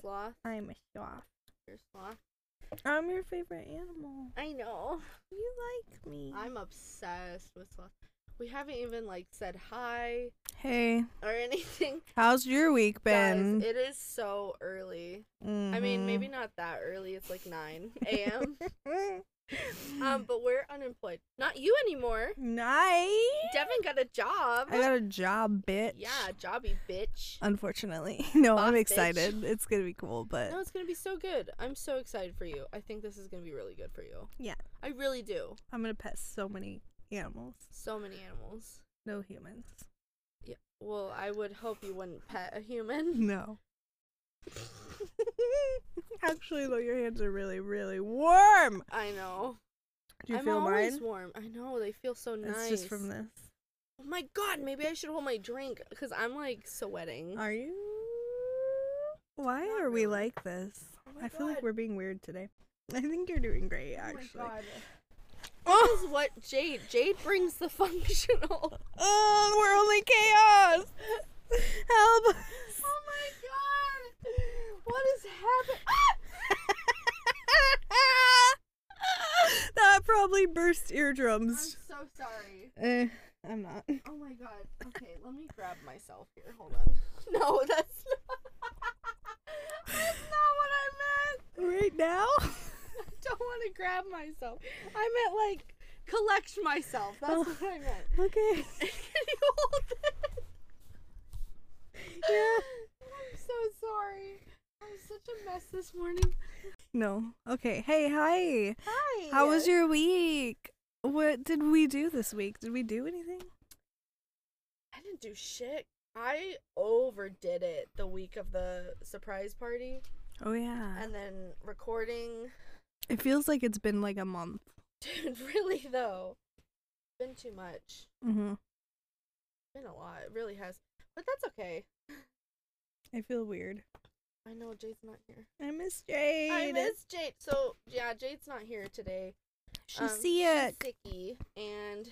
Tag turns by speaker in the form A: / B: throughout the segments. A: sloth.
B: I'm a sloth.
A: You're a sloth.
B: I'm your favorite animal.
A: I know.
B: You like me.
A: I'm obsessed with sloth. We haven't even like said hi
B: hey,
A: or anything.
B: how's your week been? Mm-hmm.
A: Guys, it is so early. I mean, maybe not that early. It's like 9 a.m. um, but we're unemployed. Not you anymore.
B: nice.
A: Devin got a job.
B: I Uh, got a job, bitch.
A: yeah, jobby bitch.
B: Unfortunately, no.
A: Boss
B: I'm
A: bitch.
B: excited. It's gonna be cool, but
A: No, it's gonna be so good. I'm so excited for you. I think this is gonna be really good for you.
B: Yeah.
A: I really do.
B: I'm gonna pet so many animals.
A: So many animals.
B: No humans.
A: Yeah. Well, I would hope you wouldn't pet a human.
B: No. Actually, though, your hands are really, really warm.
A: I know.
B: Do you
A: I'm
B: feel
A: always
B: mine?
A: warm. I know they feel so nice.
B: It's just from this.
A: Oh my god, maybe I should hold my drink because I'm like sweating.
B: Are you? Why
A: Not
B: are we
A: really.
B: like this?
A: Oh my
B: I feel like
A: God.
B: we're being weird today. I think you're doing great, actually.
A: Oh my god. This is what Jade. Jade brings the functional.
B: Oh, we're only chaos. Help!
A: Oh my god! What is happening?
B: that probably burst
A: I'm
B: eardrums.
A: so sorry.
B: Eh, I'm not.
A: Oh my god. Okay, let me grab myself here. Hold on. No, that's not. that's not what I meant.
B: Right now?
A: I don't want to grab myself. I meant like collect myself. That's
B: Oh.
A: what I meant.
B: Okay.
A: Can you hold it? Yeah. I'm so sorry. I'm such a mess this morning.
B: No. Okay. Hey, hi.
A: Hi.
B: How was your week? What did we do this week? Did we do anything?
A: I didn't do shit. I overdid it the week of the surprise party
B: Oh yeah.
A: and then recording.
B: It feels like it's been like a month.
A: Dude, really though. Been too much.
B: Mm-hmm.
A: Been a lot. It really has. But that's okay.
B: I feel weird.
A: I know Jade's not here.
B: I miss Jade.
A: I miss Jade. So yeah, Jade's not here today.
B: She's
A: Um,
B: sick.
A: Sicky, and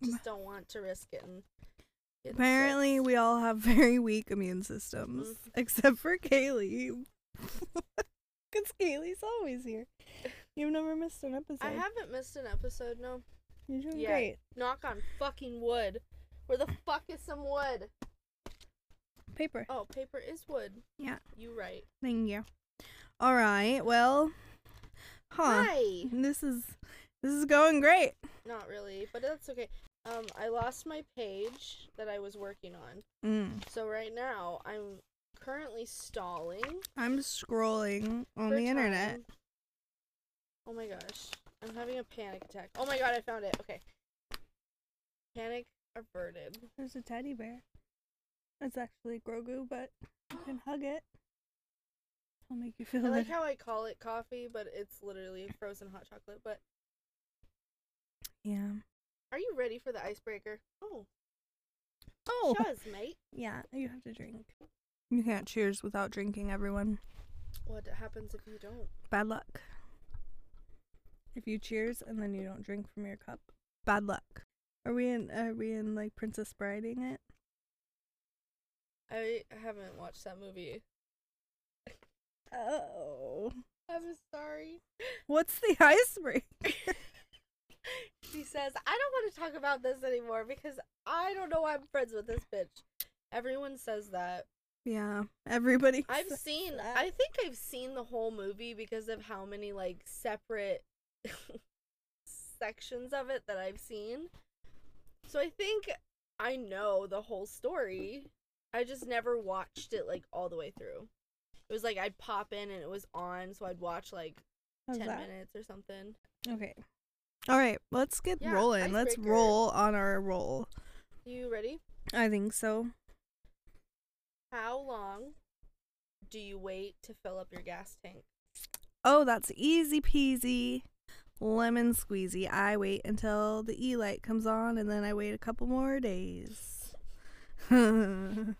A: I just don't want to risk it. And get
B: Apparently,
A: sick.
B: we all have very weak immune systems, except for Kaylee. Because Kaylee's always here. You've never missed an episode.
A: I haven't missed an episode. No,
B: You're doing
A: Yeah.
B: great.
A: knock on fucking wood. Where the fuck is some wood?
B: Paper.
A: Oh, paper is wood.
B: Yeah.
A: you right.
B: Thank you. All right. Well, huh.
A: Hi.
B: This is this is going great.
A: Not really, but that's okay. Um, I lost my page that I was working on,
B: Mm.
A: so right now I'm currently stalling
B: I'm scrolling on
A: for
B: the internet.
A: time. Oh my gosh. I'm having a panic attack. Oh my god, I found it. Okay. Panic averted.
B: There's a teddy bear. It's actually Grogu, but you can hug it. It'll make you feel
A: I like
B: like
A: how I call it coffee, but it's literally frozen hot chocolate. But
B: Yeah.
A: are you ready for the icebreaker? Oh,
B: Oh.
A: Shuz, mate.
B: Yeah, you have to drink. You can't cheers without drinking, everyone.
A: What happens if you don't?
B: Bad luck. If you cheers and then you don't drink from your cup, bad luck. Are we in are we in like Princess Briding it?
A: I haven't watched that movie.
B: Oh.
A: I'm sorry.
B: What's the iceberg?
A: She says, I don't want to talk about this anymore because I don't know why I'm friends with this bitch. Everyone says that.
B: Yeah. Everybody
A: I've
B: says
A: seen.
B: that.
A: I think I've seen the whole movie because of how many like separate sections of it that I've seen. So I think I know the whole story. I just never watched it like all the way through. It was like I'd pop in and it was on, so I'd watch like
B: How's
A: ten
B: that?
A: minutes or something.
B: Okay. All right, let's get
A: Yeah,
B: rolling. Let's
A: icebreaker.
B: roll on our roll.
A: You ready?
B: I think so.
A: How long do you wait to fill up your gas tank?
B: Oh, that's easy peasy. Lemon squeezy. I wait until the e light comes on and then I wait a couple more days. I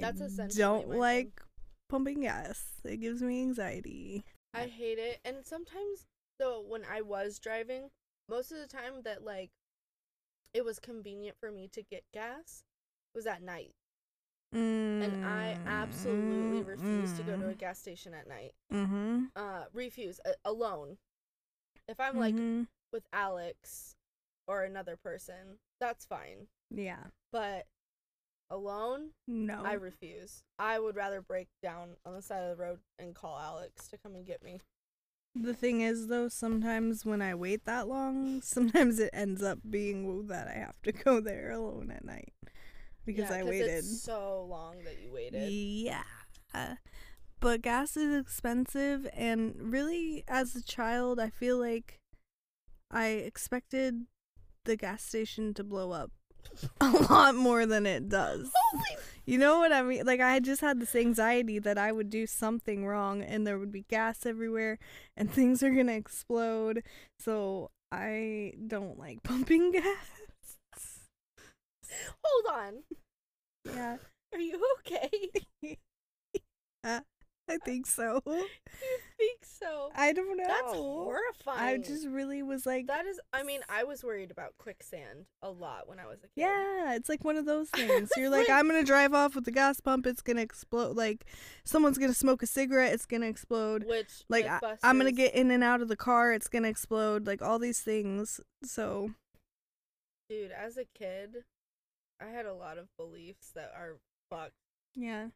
A: That's essentially
B: don't
A: my thing.
B: like pumping gas. It gives me anxiety.
A: I hate it. And sometimes, though, when I was driving, most of the time that like it was convenient for me to get gas was at night, and I absolutely refuse to go go to a
B: Mhm.
A: gas station at night.
B: Mm-hmm.
A: Uh, refuse a- alone. If I'm like
B: Mm-hmm.
A: with Alex or another person, that's fine.
B: yeah,
A: But alone,
B: no,
A: I refuse. I would rather break down on the side of the road and call Alex to come and get me.
B: The thing is, though, sometimes when I wait that long, sometimes it ends up being well, that I have to go there alone at night because
A: Yeah,
B: I
A: 'cause
B: waited.
A: It's so long that you waited.
B: Yeah. But gas is expensive, and really, as a child, I feel like I expected the gas station to blow up a lot more than it does.
A: Holy
B: You know what I mean? Like I just had this anxiety that I would do something wrong and there would be gas everywhere and things are going to explode. So I don't like pumping gas.
A: Hold on.
B: Yeah,
A: Are you okay?
B: I think so.
A: you think so?
B: I don't know.
A: That's horrifying.
B: I just really was like
A: That is I mean, I was worried about quicksand a lot when I was a kid.
B: yeah, it's like one of those things. You're like,
A: Like-
B: I'm gonna drive off with the gas pump. It's gonna explode. Like, someone's gonna smoke a cigarette. It's gonna explode.
A: Which
B: like I, i'm gonna
A: Mythbusters-
B: get in and out of the car it's gonna explode like all these things so
A: dude, as a kid, I had a lot of beliefs that are fucked.
B: yeah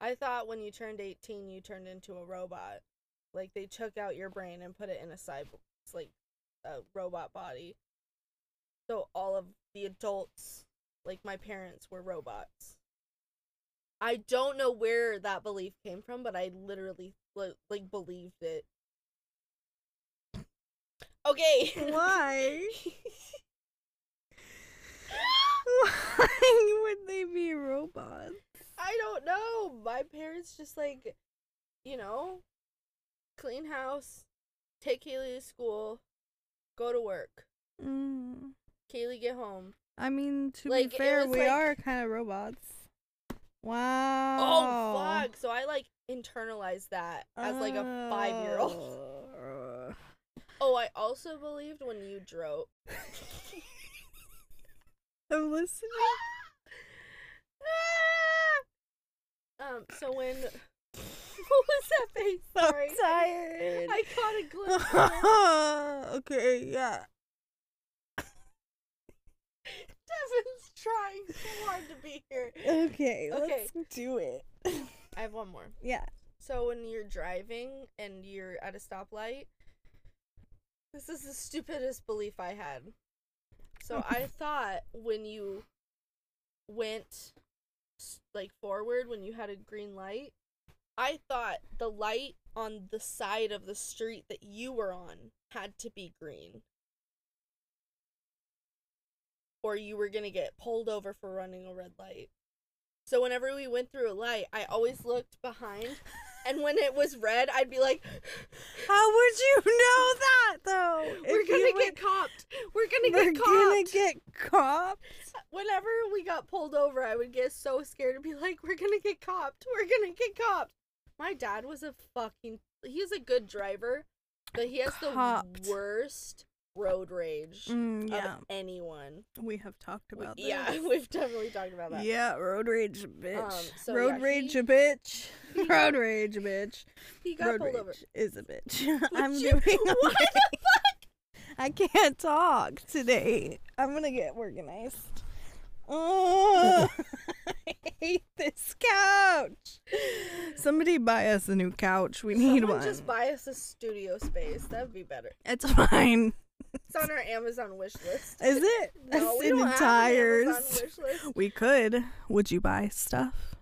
A: I thought when you turned 18, you turned into a robot. Like they took out your brain and put it in a cyber, like a robot body. So all of the adults, like my parents, were robots. I don't know where that belief came from, but I literally li- like believed it. Okay.
B: why why would they be robots
A: I don't know. My parents just like, you know, clean house, take Kaylee to school, go to work.
B: mm.
A: Kaylee get home.
B: i mean to
A: Like,
B: be
A: it
B: fair
A: was
B: we
A: like-
B: are kind of robots wow
A: Oh fuck! So I like internalized that as like a five year old.
B: Oh.
A: Oh, I also believed when you drove.
B: i'm listening
A: um. So when what was that face? Sorry,
B: i'm tired
A: I caught a glimpse. of it.
B: okay yeah
A: Devin's trying so hard to be here.
B: Okay,
A: Okay.
B: let's do it.
A: I have one more.
B: yeah.
A: So when you're driving and you're at a stoplight, this is the stupidest belief I had. So I thought when you went s- like forward when you had a green light, I thought the light on the side of the street that you were on had to be green. Or you were going to get pulled over for running a red light. So whenever we went through a light, I always looked behind and when it was red, I'd be like,
B: How would you know that though?
A: "We're
B: If you
A: gonna
B: went-
A: get copped. We're gonna
B: we're
A: get
B: gonna
A: copped."
B: get copped.
A: Whenever we got pulled over, I would get so scared to be like, "We're gonna get copped. We're gonna get copped." My dad was a fucking. He's a good driver, but he has
B: Copped.
A: the worst road rage
B: Mm, yeah,
A: of anyone.
B: we have talked
A: uh, We-
B: about
A: yeah,
B: this.
A: we've definitely talked about that.
B: Yeah, road rage, a bitch.
A: Um, so
B: road
A: yeah,
B: rage,
A: he-
B: a bitch.
A: he
B: road
A: got-
B: rage, a bitch.
A: He got
B: road
A: pulled
B: rage
A: over.
B: is a bitch. I'm
A: you-
B: doing.
A: Why
B: okay.
A: the
B: I can't talk today. I'm gonna get organized. Oh, I hate this couch. Somebody buy us a new couch. We need
A: Someone
B: one.
A: just buy us a studio space. That'd be better.
B: it's fine.
A: It's on our Amazon wish list.
B: Is it?
A: No,
B: Us
A: we don't
B: in
A: have
B: tires.
A: an Amazon wish list.
B: We could. Would you buy stuff?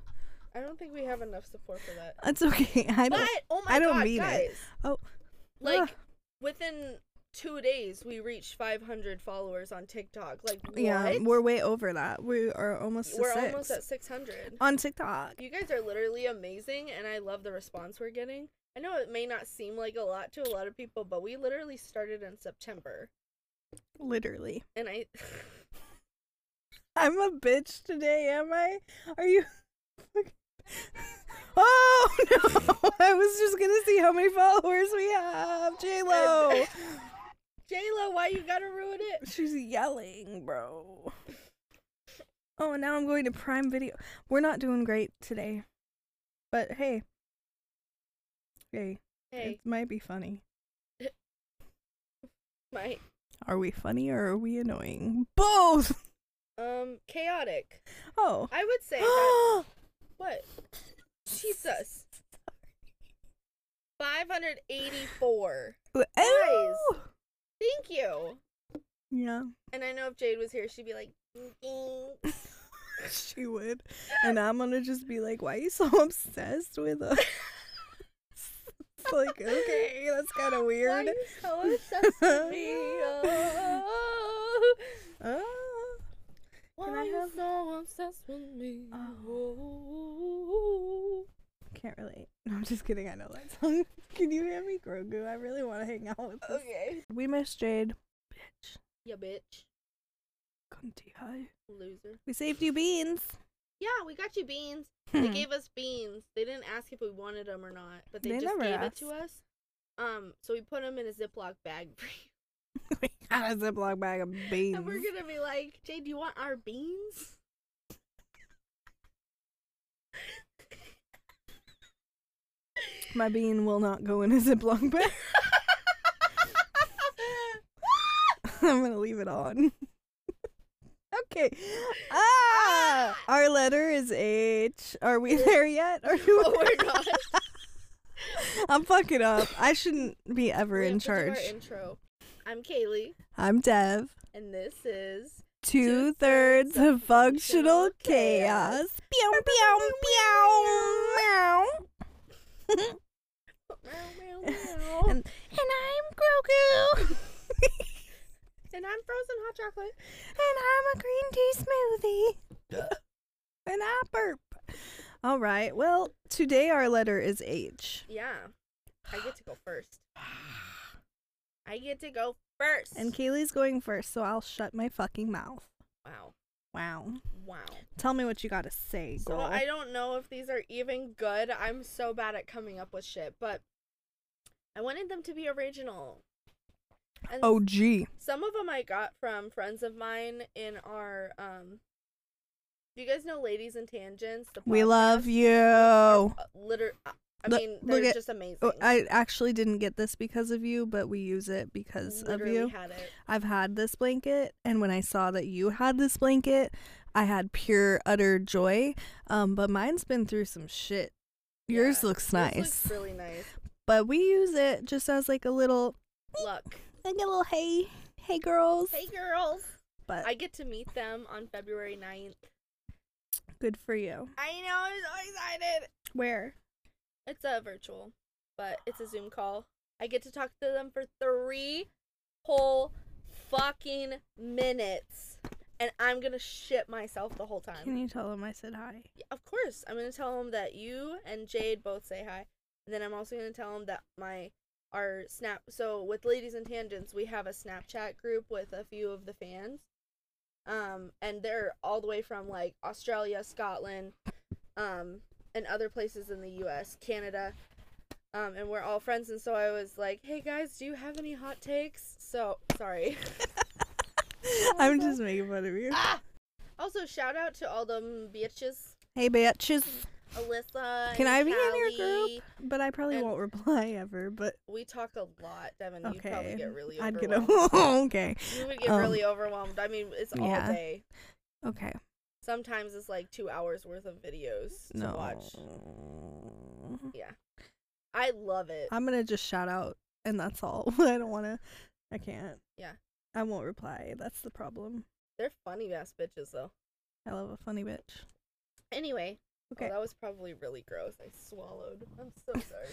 A: I don't think we have enough support for that.
B: That's okay. I
A: But
B: don't.
A: oh my
B: I don't
A: god,
B: mean it.
A: guys!
B: Oh.
A: like
B: Ugh.
A: within two days we reached 500 followers on TikTok. Like what?
B: Yeah, we're way over that. We are almost. to
A: We're
B: six.
A: almost at 600.
B: on TikTok.
A: You guys are literally amazing, and I love the response we're getting. I know it may not seem like a lot to a lot of people, but we literally started in September,
B: Literally.
A: and I.
B: I'm a bitch today, am I? Are you? oh no! I was just gonna see how many followers we have. J Lo,
A: J Lo, why you gotta ruin it?
B: she's yelling, bro. Oh, and now I'm going to Prime Video. We're not doing great today, but hey, Hey,
A: Hey,
B: it might be funny.
A: my
B: Are we funny or are we annoying? Both.
A: um chaotic.
B: Oh.
A: I would say that what Jesus. Five hundred eighty-four.
B: Ew.
A: Thank you.
B: Yeah,
A: And I know if Jade was here, she'd be like, "Mm-mm."
B: she would. And I'm gonna just be like, "Why are you so obsessed with us?" it's like, okay, that's kind of
A: Why are
B: weird.
A: you so obsessed with me? Oh,
B: Ah.
A: why
B: Can I
A: are you
B: have-
A: so obsessed with me? Oh.
B: Can't relate. No, I'm just kidding. I know that song. Can you hand me Grogu? I really want to hang out with this.
A: Okay.
B: We miss Jade. Bitch.
A: Yeah, bitch.
B: Cunty hi.
A: Loser.
B: We saved you beans.
A: Yeah, we got you beans. They gave us beans. They didn't ask if we wanted them or not, but they,
B: They
A: just
B: never
A: gave
B: asked.
A: it to us. Um, so we put them in a Ziploc bag for you.
B: we got a Ziploc bag of beans.
A: And we're gonna be like, Jade, do you want our beans?
B: My bean will not go in a Ziploc bag. I'm gonna leave it on. okay. Ah, our letter is H. Are we there yet? Are you?
A: oh, we're not.
B: I'm fucking up. I shouldn't be ever
A: We
B: in
A: have to do our
B: charge.
A: intro. I'm Kaylee,
B: I'm Dev.
A: and this is
B: Two thirds of functional chaos. Pew pew pew meow. and, and I'm Grogu.
A: and I'm frozen hot chocolate.
B: and I'm a green tea smoothie. and I burp. All right. Well, today our letter is H.
A: Yeah, I get to go first. I get to go first.
B: And Kaylee's going first, so I'll shut my fucking mouth.
A: wow,
B: Wow.
A: wow.
B: Tell me what you gotta say,
A: So
B: girl.
A: I don't know if these are even good. I'm so bad at coming up with shit, but I wanted them to be original. And
B: oh, gee.
A: some of them I got from friends of mine in our um Do you guys know Ladies and Tangents? The
B: We
A: podcast?
B: love you.
A: Uh, liter- I I
B: Look-
A: mean,
B: look
A: they're
B: at-
A: just amazing.
B: Oh, I actually didn't get this because of you, but we use it because
A: Literally
B: of you.
A: had it.
B: I've had this blanket, and when I saw that you had this blanket, I had pure, utter joy. Um, but mine's been through some shit. Yours
A: Yeah.
B: looks
A: Yours
B: nice,
A: looks really nice.
B: but we use it just as like a little,
A: Look.
B: like a little hey, hey girls. Uh,
A: Hey girls.
B: But
A: I get to meet them on February 9th.
B: good for you.
A: I know, I'm so excited.
B: Where?
A: It's a virtual, but it's a Zoom call. I get to talk to them for three whole fucking minutes. And I'm gonna shit myself the whole time.
B: Can you tell them I said hi?
A: Yeah, of course, I'm gonna tell them that you and Jade both say hi, and then I'm also gonna tell them that my our snap. So with ladies and tangents, we have a Snapchat group with a few of the fans, um, and they're all the way from like Australia, Scotland, um, and other places in the U.S., Canada, um, and we're all friends. And so I was like, hey guys, do you have any hot takes? So sorry.
B: I'm just making fun of you.
A: ah! Also, shout out to all them bitches.
B: Hey, bitches.
A: Alyssa. and
B: Can I be in your
A: Callie.
B: group? But I probably
A: And-
B: won't reply ever. But
A: We talk a lot, Devin. You'd
B: Okay,
A: probably get really
B: I'd get
A: overwhelmed.
B: a okay,
A: you would get
B: um,
A: really overwhelmed. I mean, it's all
B: yeah.
A: day.
B: okay.
A: Sometimes it's like two hours worth of videos to
B: no,
A: watch. Yeah. I love it.
B: I'm gonna just shout out, and that's all. I don't wanna. I can't.
A: Yeah.
B: I won't reply. That's the problem.
A: They're funny ass bitches, though.
B: I love a funny bitch.
A: Anyway. oh,
B: Okay.
A: that was probably really gross. I swallowed. I'm so sorry.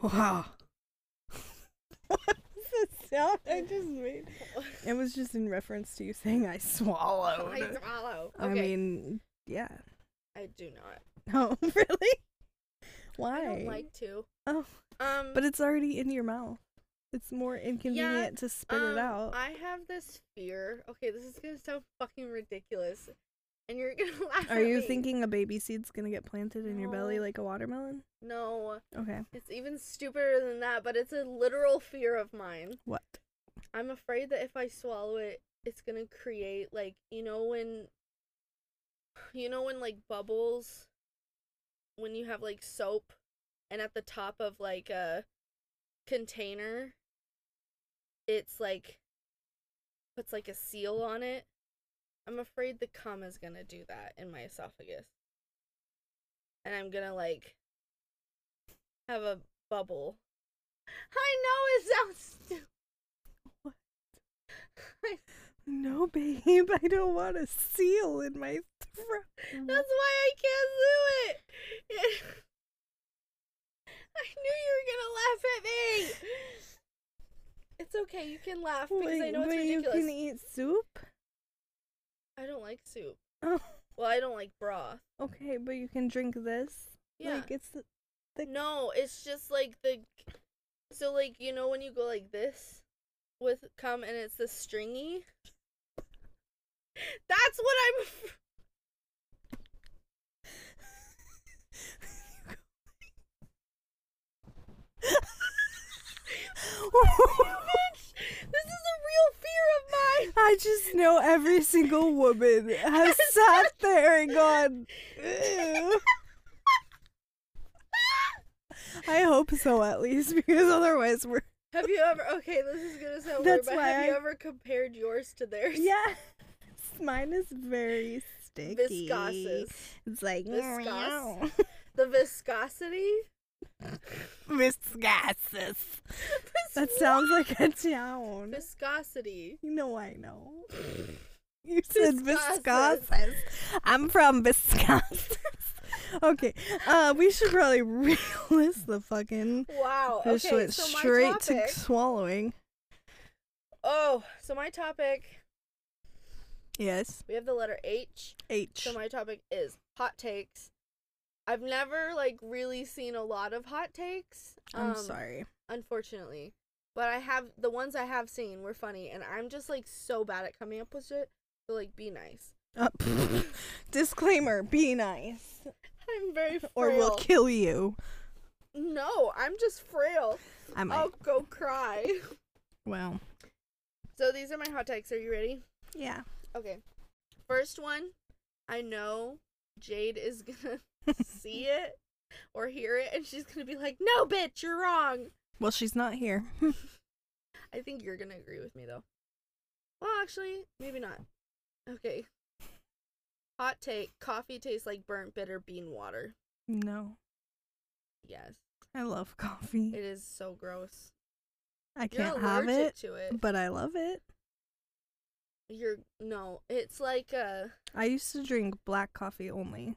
B: Wow. what was the sound I just made? It was just in reference to you saying I swallowed.
A: I swallow. Okay.
B: I mean, yeah.
A: I do not.
B: No, really. Why?
A: I don't like to.
B: Oh.
A: Um.
B: But it's already in your mouth. It's more inconvenient to spit
A: Um,
B: it out.
A: I have this fear. Okay, this is gonna sound fucking ridiculous, and you're gonna laugh.
B: Are
A: at
B: you
A: me.
B: thinking a baby seed's gonna get planted in your belly
A: No.
B: like a watermelon?
A: No,
B: Okay.
A: it's even stupider than that. But it's a literal fear of mine.
B: What?
A: I'm afraid that if I swallow it, it's gonna create like you know when, you know when like bubbles, when you have like soap and at the top of like a container it's like puts like a seal on it. I'm afraid the cum is gonna do that in my esophagus. And I'm gonna like have a bubble. I know it sounds stupid.
B: What?
A: I-
B: No, babe, I don't want a seal in my throat.
A: That's why I can't do it. I knew you were gonna laugh at me. It's okay, you can laugh because I
B: Wait,
A: know it's
B: but you
A: ridiculous.
B: can e eat soup?
A: I don't like soup.
B: Oh,
A: Well, I don't like broth.
B: okay, but you can drink this.
A: Yeah.
B: Like it's like-
A: no, it's just like the. So like you know when you go like this, with cum and it's the stringy. That's what I'm. af- This is a real fear of mine.
B: I just know every single woman has sat there and gone. "Ew." I hope so, at least, because otherwise we're
A: Have you ever? Okay, this is gonna sound
B: That's
A: weird, but
B: why
A: have you
B: I-
A: ever compared yours to theirs?
B: yeah. Mine is very sticky.
A: Viscosas.
B: It's like
A: Viscous. The viscosity.
B: viscosas. That sounds like a town.
A: Viscosity.
B: you know I know. You said
A: Viscosas.
B: viscosas. I'm from viscosas. okay, uh, we should probably reel this the fucking.
A: Wow.
B: This
A: Oh, okay,
B: went
A: so my
B: straight
A: topic-
B: to swallowing.
A: Oh, so my topic.
B: Yes.
A: We have the letter H.
B: H.
A: So my topic is hot takes. I've never like really seen a lot of hot takes.
B: I'm
A: um,
B: sorry.
A: Unfortunately. But I have the ones I have seen were funny and I'm just like so bad at coming up with shit. So like be nice.
B: Uh, disclaimer: Be nice,
A: I'm very frail.
B: or we'll kill you.
A: no, I'm just frail.
B: I might.
A: I'll go cry.
B: Well.
A: So these are my hot takes. Are you ready?
B: Yeah.
A: Okay. First one, I know Jade is gonna see it or hear it, and she's gonna be like, "No, bitch, you're wrong."
B: Well, she's not here.
A: I think you're gonna agree with me though. Well, actually, maybe not. Okay. Hot take: Coffee tastes like burnt bitter bean water.
B: no,
A: Yes,
B: I love coffee.
A: it is so gross.
B: I
A: You're
B: can't have
A: allergic
B: it,
A: to it.
B: but I love it.
A: You're no. It's like uh,
B: I used to drink black coffee only.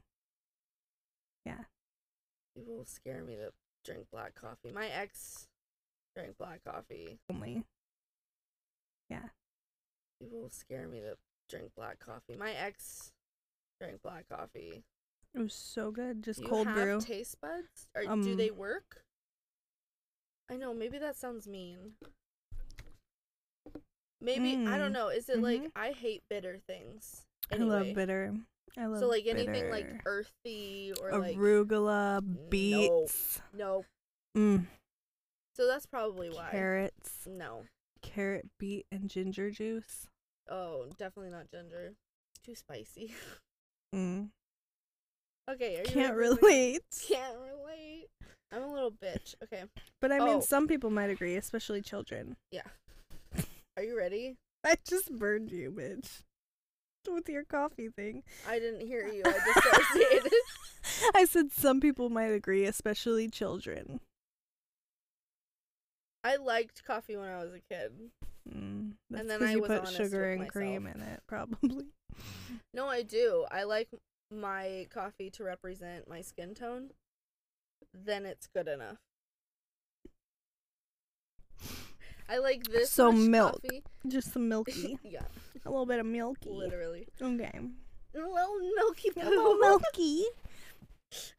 A: people scare me to drink black coffee. My ex drank black coffee.
B: Only.
A: People scare me to drink black coffee. My ex drank black coffee.
B: It was so good. Just
A: Do you
B: cold
A: have
B: brew. Um,
A: taste buds? Or do they work? I know, maybe that sounds mean. Maybe I don't
B: Mm,
A: know. Is it like
B: mhm.
A: I hate bitter things?
B: I love
A: anyway.
B: bitter. I love
A: So like anything like
B: bitter.
A: earthy or like
B: arugula,
A: No.
B: beets,
A: no.
B: mm,
A: So that's probably why.
B: carrots,
A: No.
B: carrot, beet, and ginger juice.
A: Oh, definitely not ginger. It's too spicy.
B: Mm.
A: okay, are you
B: Can't
A: ready for my-
B: relate.
A: Can't relate. I'm a little bitch. Okay.
B: But I mean,
A: Oh.
B: some people might agree, especially children.
A: Are you ready?
B: I just burned you, bitch, with your coffee thing.
A: I didn't hear you. I dissociated.
B: I said some people might agree, especially children.
A: I liked coffee when I was a kid.
B: Mm, that's
A: then
B: 'cause
A: I
B: you
A: was
B: put
A: honest
B: sugar
A: with
B: and cream in it, probably.
A: No, I do. I like my coffee to represent my skin tone. Then it's good enough. I like this.
B: So
A: much
B: milk.
A: coffee-
B: Just some milky,
A: yeah,
B: a little bit of milky.
A: literally.
B: Okay,
A: A little milky
B: a little
A: poo.
B: milky.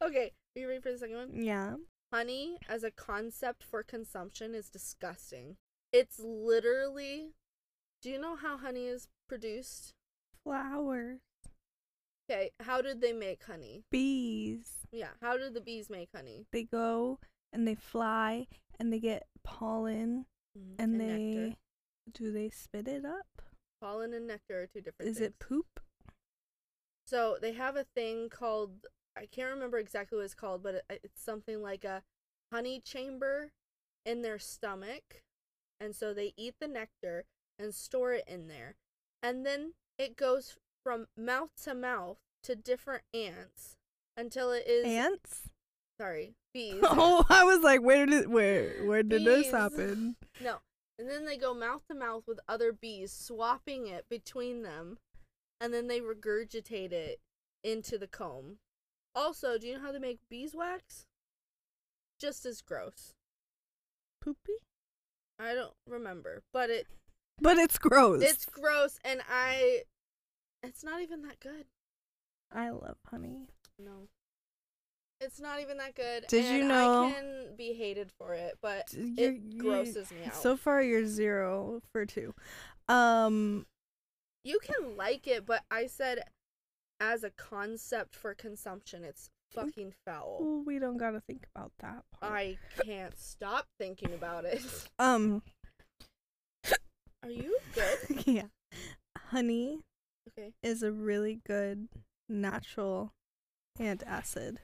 A: okay, are you ready for the second one?
B: Yeah.
A: Honey as a concept for consumption is disgusting. It's literally. Do you know how honey is produced?
B: Flower.
A: Okay, how did they make honey?
B: Bees.
A: Yeah, how did the bees make honey?
B: They go and they fly and they get pollen and, they
A: nectar.
B: do they spit it up?
A: pollen and nectar are two different
B: Is
A: things.
B: it poop?
A: so they have a thing called I can't remember exactly what it's called, but it, it's something like a honey chamber in their stomach. And so they eat the nectar and store it in there. And then it goes from mouth to mouth to different ants until it is
B: Ants?
A: sorry, bees.
B: Oh, I was like, where did where where did this
A: Bees.
B: happen?
A: No. And then they go mouth to mouth with other bees, swapping it between them, and then they regurgitate it into the comb. Also, do you know how they make beeswax? Just as gross.
B: Poopy?
A: I don't remember, but it
B: But it's gross.
A: it's gross, and I it's not even that good.
B: I love honey.
A: No, it's not even that good.
B: Did you
A: and
B: know-
A: I can be hated for it, but
B: D- you're-
A: it
B: you-
A: grosses me out.
B: So far you're 0 for 2. Um
A: You can like it, but I said as a concept for consumption, it's fucking foul.
B: we don't got to think about that part.
A: I can't stop thinking about it.
B: um
A: Are you good?
B: yeah. Honey
A: Okay.
B: is a really good natural antacid.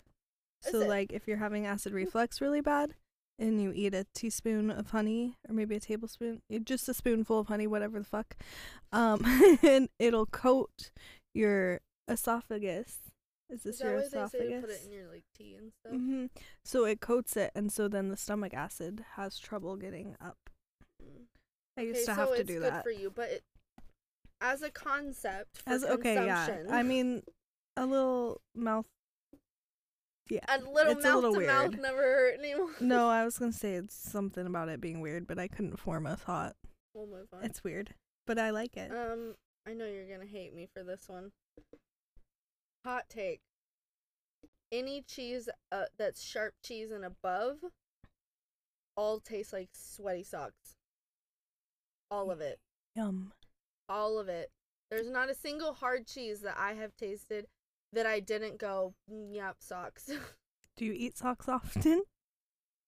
A: Is
B: So
A: it? Mm.
B: like if you're having acid reflux really bad and you eat a teaspoon of honey or maybe a tablespoon, eh, just a spoonful of honey, whatever the fuck, um, and it'll coat your esophagus. Is this
A: Is
B: your
A: that why they say to put it
B: esophagus?
A: in your like tea and stuff?
B: hmm So it coats it, and so then the stomach acid has trouble getting up.
A: Mm.
B: Mm-hmm. I
A: Okay,
B: used to
A: so
B: have to
A: it's
B: do
A: good
B: that.
A: for you, but it, as a concept for
B: As okay, yeah.
A: consumption,
B: I mean, a little mouth. Yeah,
A: a little
B: it's a
A: mouth
B: little
A: to mouth
B: weird.
A: never hurt anyone.
B: No, I was gonna say it's something about it being weird, but I couldn't form a thought.
A: We'll move on.
B: It's weird, but I like it.
A: Um, I know you're gonna hate me for this one. Hot take: Any cheese uh, that's sharp cheese and above, all taste like sweaty socks. All of it,
B: Yum.
A: all of it. There's not a single hard cheese that I have tasted that I didn't go, "Mm, yep, socks.
B: Do you eat socks often?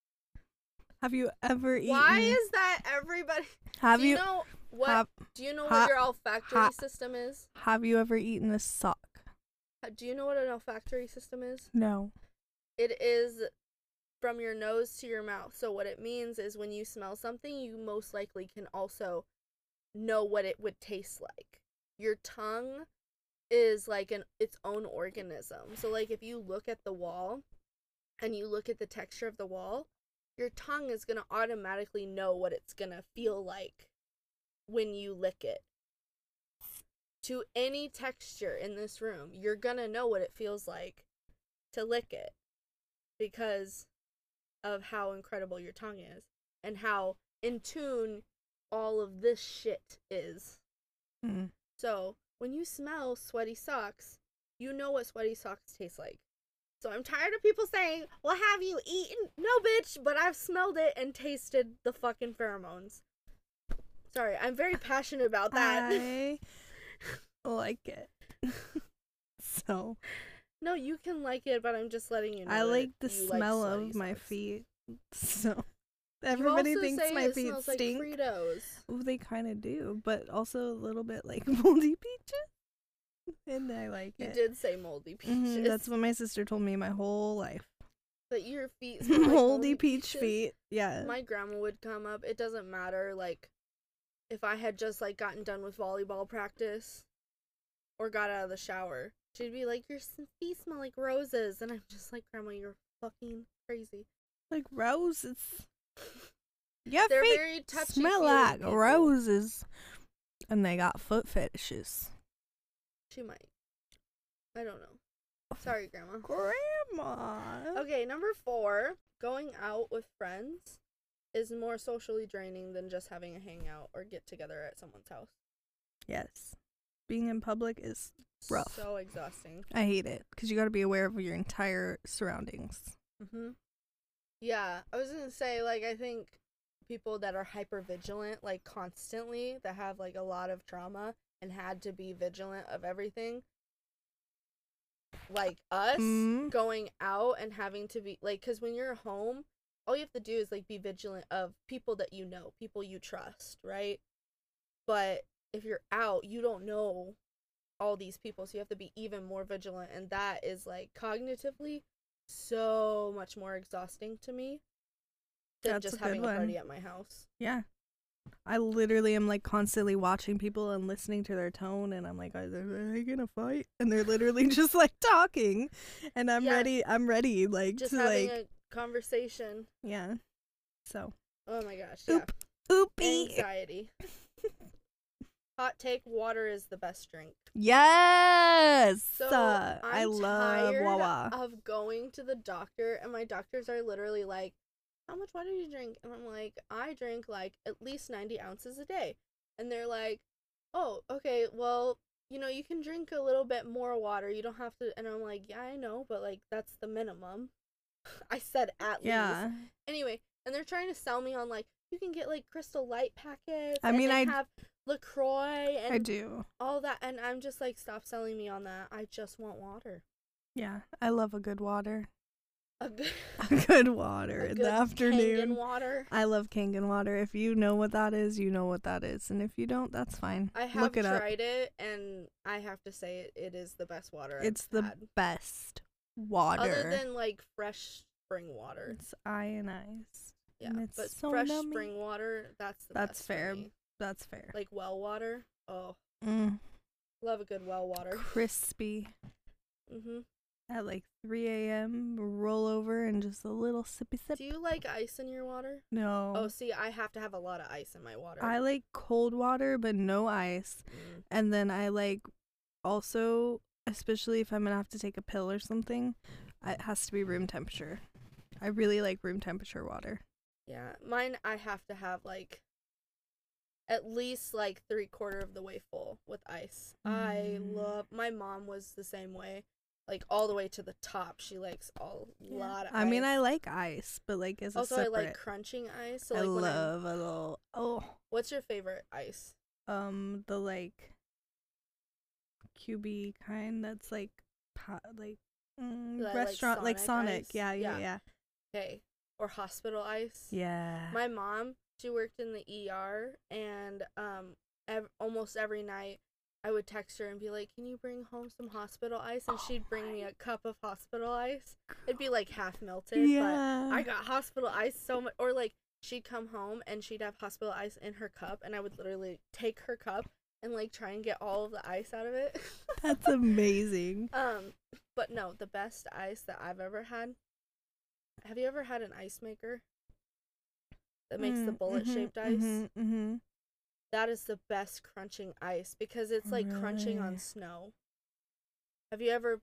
B: Have you ever eaten?
A: Why is that? Everybody,
B: have
A: do you,
B: you
A: know what?
B: have,
A: do you know
B: ha-
A: what your olfactory
B: ha-
A: system is?
B: have you ever eaten a sock?
A: Do you know what an olfactory system is?
B: No.
A: it is from your nose to your mouth. So what it means is when you smell something, you most likely can also know what it would taste like. Your tongue is like an its own organism. So like if you look at the wall and you look at the texture of the wall, your tongue is going to automatically know what it's going to feel like when you lick it. To any texture in this room, you're going to know what it feels like to lick it because of how incredible your tongue is and how in tune all of this shit is.
B: Mm.
A: So when you smell sweaty socks, you know what sweaty socks taste like. So I'm tired of people saying, "Well, have you eaten?" No, bitch. But I've smelled it and tasted the fucking pheromones. Sorry, I'm very passionate about that.
B: I like it. so
A: no, you can like it, but I'm just letting you know.
B: I
A: that
B: like the
A: you
B: smell
A: sweaty
B: of my
A: socks.
B: feet. So
A: You
B: everybody
A: also
B: thinks
A: say
B: my
A: it
B: feet
A: smells
B: stink.
A: Like Fritos.
B: Well, they kind of do, but also a little bit like moldy peaches. And I like
A: You
B: it.
A: did say moldy peaches.
B: Mhm, Eh. that's what my sister told me my whole life.
A: But your feet smell
B: moldy,
A: like
B: peach
A: peaches.
B: feet. Yeah.
A: My grandma would come up. It doesn't matter like if I had just like gotten done with volleyball practice or got out of the shower. She'd be like, "Your s- feet smell like roses," and I'm just like, "Grandma, you're fucking crazy."
B: like roses. Your
A: They're
B: feet
A: very touchy.
B: smell like roses. And they got foot fetishes.
A: She might. I don't know.
B: Oh.
A: Sorry, Grandma.
B: Grandma.
A: Okay, number four, going out with friends is more socially draining than just having a hangout or get together at someone's house.
B: Yes. Being in public is, Rough.
A: So exhausting.
B: I hate it because you got to be aware of your entire surroundings.
A: Mm-hmm. Yeah, I was gonna say like I think people that are hyper vigilant like constantly that have like a lot of trauma and had to be vigilant of everything, like us
B: Mm.
A: going out and having to be like because when you're home, all you have to do is like be vigilant of people that you know, people you trust, right? But if you're out, you don't know all these people, so you have to be even more vigilant, and that is like cognitively so much more exhausting to me than
B: That's
A: just
B: a good
A: having a party
B: one.
A: at my house.
B: Yeah. I literally am like constantly watching people and listening to their tone, and I'm like, are they, are they gonna fight? And they're literally just like talking, and I'm
A: Yeah.
B: ready. I'm ready, like
A: Just
B: to
A: having
B: like,
A: a conversation.
B: yeah. So
A: Oh my gosh. Yeah.
B: oop, oopie,
A: Anxiety. Hot take: Water is the best drink.
B: yes.
A: So
B: Uh,
A: i
B: I love
A: tired
B: Wawa.
A: of going to the doctor, and my doctors are literally like, "How much water do you drink?" And I'm like, "I drink like at least 90 ounces a day," and they're like, "Oh, okay. Well, you know, you can drink a little bit more water. You don't have to." And I'm like, "Yeah, I know, but like that's the minimum." I said at least.
B: yeah,
A: Anyway, and they're trying to sell me on like you can get like Crystal Light packets.
B: I
A: and
B: mean,
A: they
B: I-
A: have Lacroix and
B: I do.
A: all that, and I'm just like, stop selling me on that. I just want water.
B: Yeah, I love a good water.
A: A good,
B: A good water
A: a
B: in
A: good
B: the
A: Kangen
B: afternoon.
A: water.
B: I love Kangen water. If you know what that is, you know what that is, and if you don't, that's fine.
A: I have
B: Look it up.
A: tried it, and I have to say it, it is the best water.
B: It's
A: I've
B: the
A: had.
B: best water.
A: other than like fresh spring water.
B: it's ionized.
A: Yeah,
B: and it's
A: but
B: so
A: fresh
B: nummy.
A: spring water, that's the
B: That's
A: best for
B: fair.
A: me.
B: That's fair.
A: Like well water. Oh,
B: Mm,
A: love a good well water.
B: crispy
A: hmm
B: at like 3 a.m. Roll over and just a little sippy sip.
A: Do you like ice in your water?
B: no,
A: Oh, see, I have to have a lot of ice in my water.
B: I like cold water but no ice,
A: Mm.
B: and then I like also, especially if I'm gonna have to take a pill or something, it has to be room temperature. I really like room temperature water.
A: Yeah, mine I have to have like at least like three quarter of the way full with ice. I
B: Mm.
A: love. My mom was the same way, like all the way to the top. She likes a lot of.
B: I mean, I
A: ice.
B: like ice, but like as
A: also
B: a separate.
A: I like crunching ice. So like
B: I
A: when I'm-
B: love a little oh
A: What's your favorite ice?
B: um the like QB kind that's like pot, like mm,
A: Li- like
B: restaurant like
A: Sonic
B: Sonic,
A: ice?
B: yeah yeah
A: Yeah.
B: yeah
A: Okay, or hospital ice?
B: yeah
A: My mom, she worked in the ER, and um, ev- almost every night. I would text her and be like, "Can you bring home some hospital ice?" And
B: Oh
A: she'd bring me
B: my
A: a cup of hospital ice. It'd be like half melted,
B: yeah
A: but I got hospital ice so much. Or like she'd come home and she'd have hospital ice in her cup, and I would literally take her cup and like try and get all of the ice out of it.
B: that's amazing
A: um, but no, the best ice that I've ever had. Have you ever had an ice maker that makes the
B: Mm,
A: bullet shaped
B: mhm,
A: ice?
B: mhm, mhm.
A: That is the best crunching ice because it's like crunching on
B: Really?
A: snow. Have you ever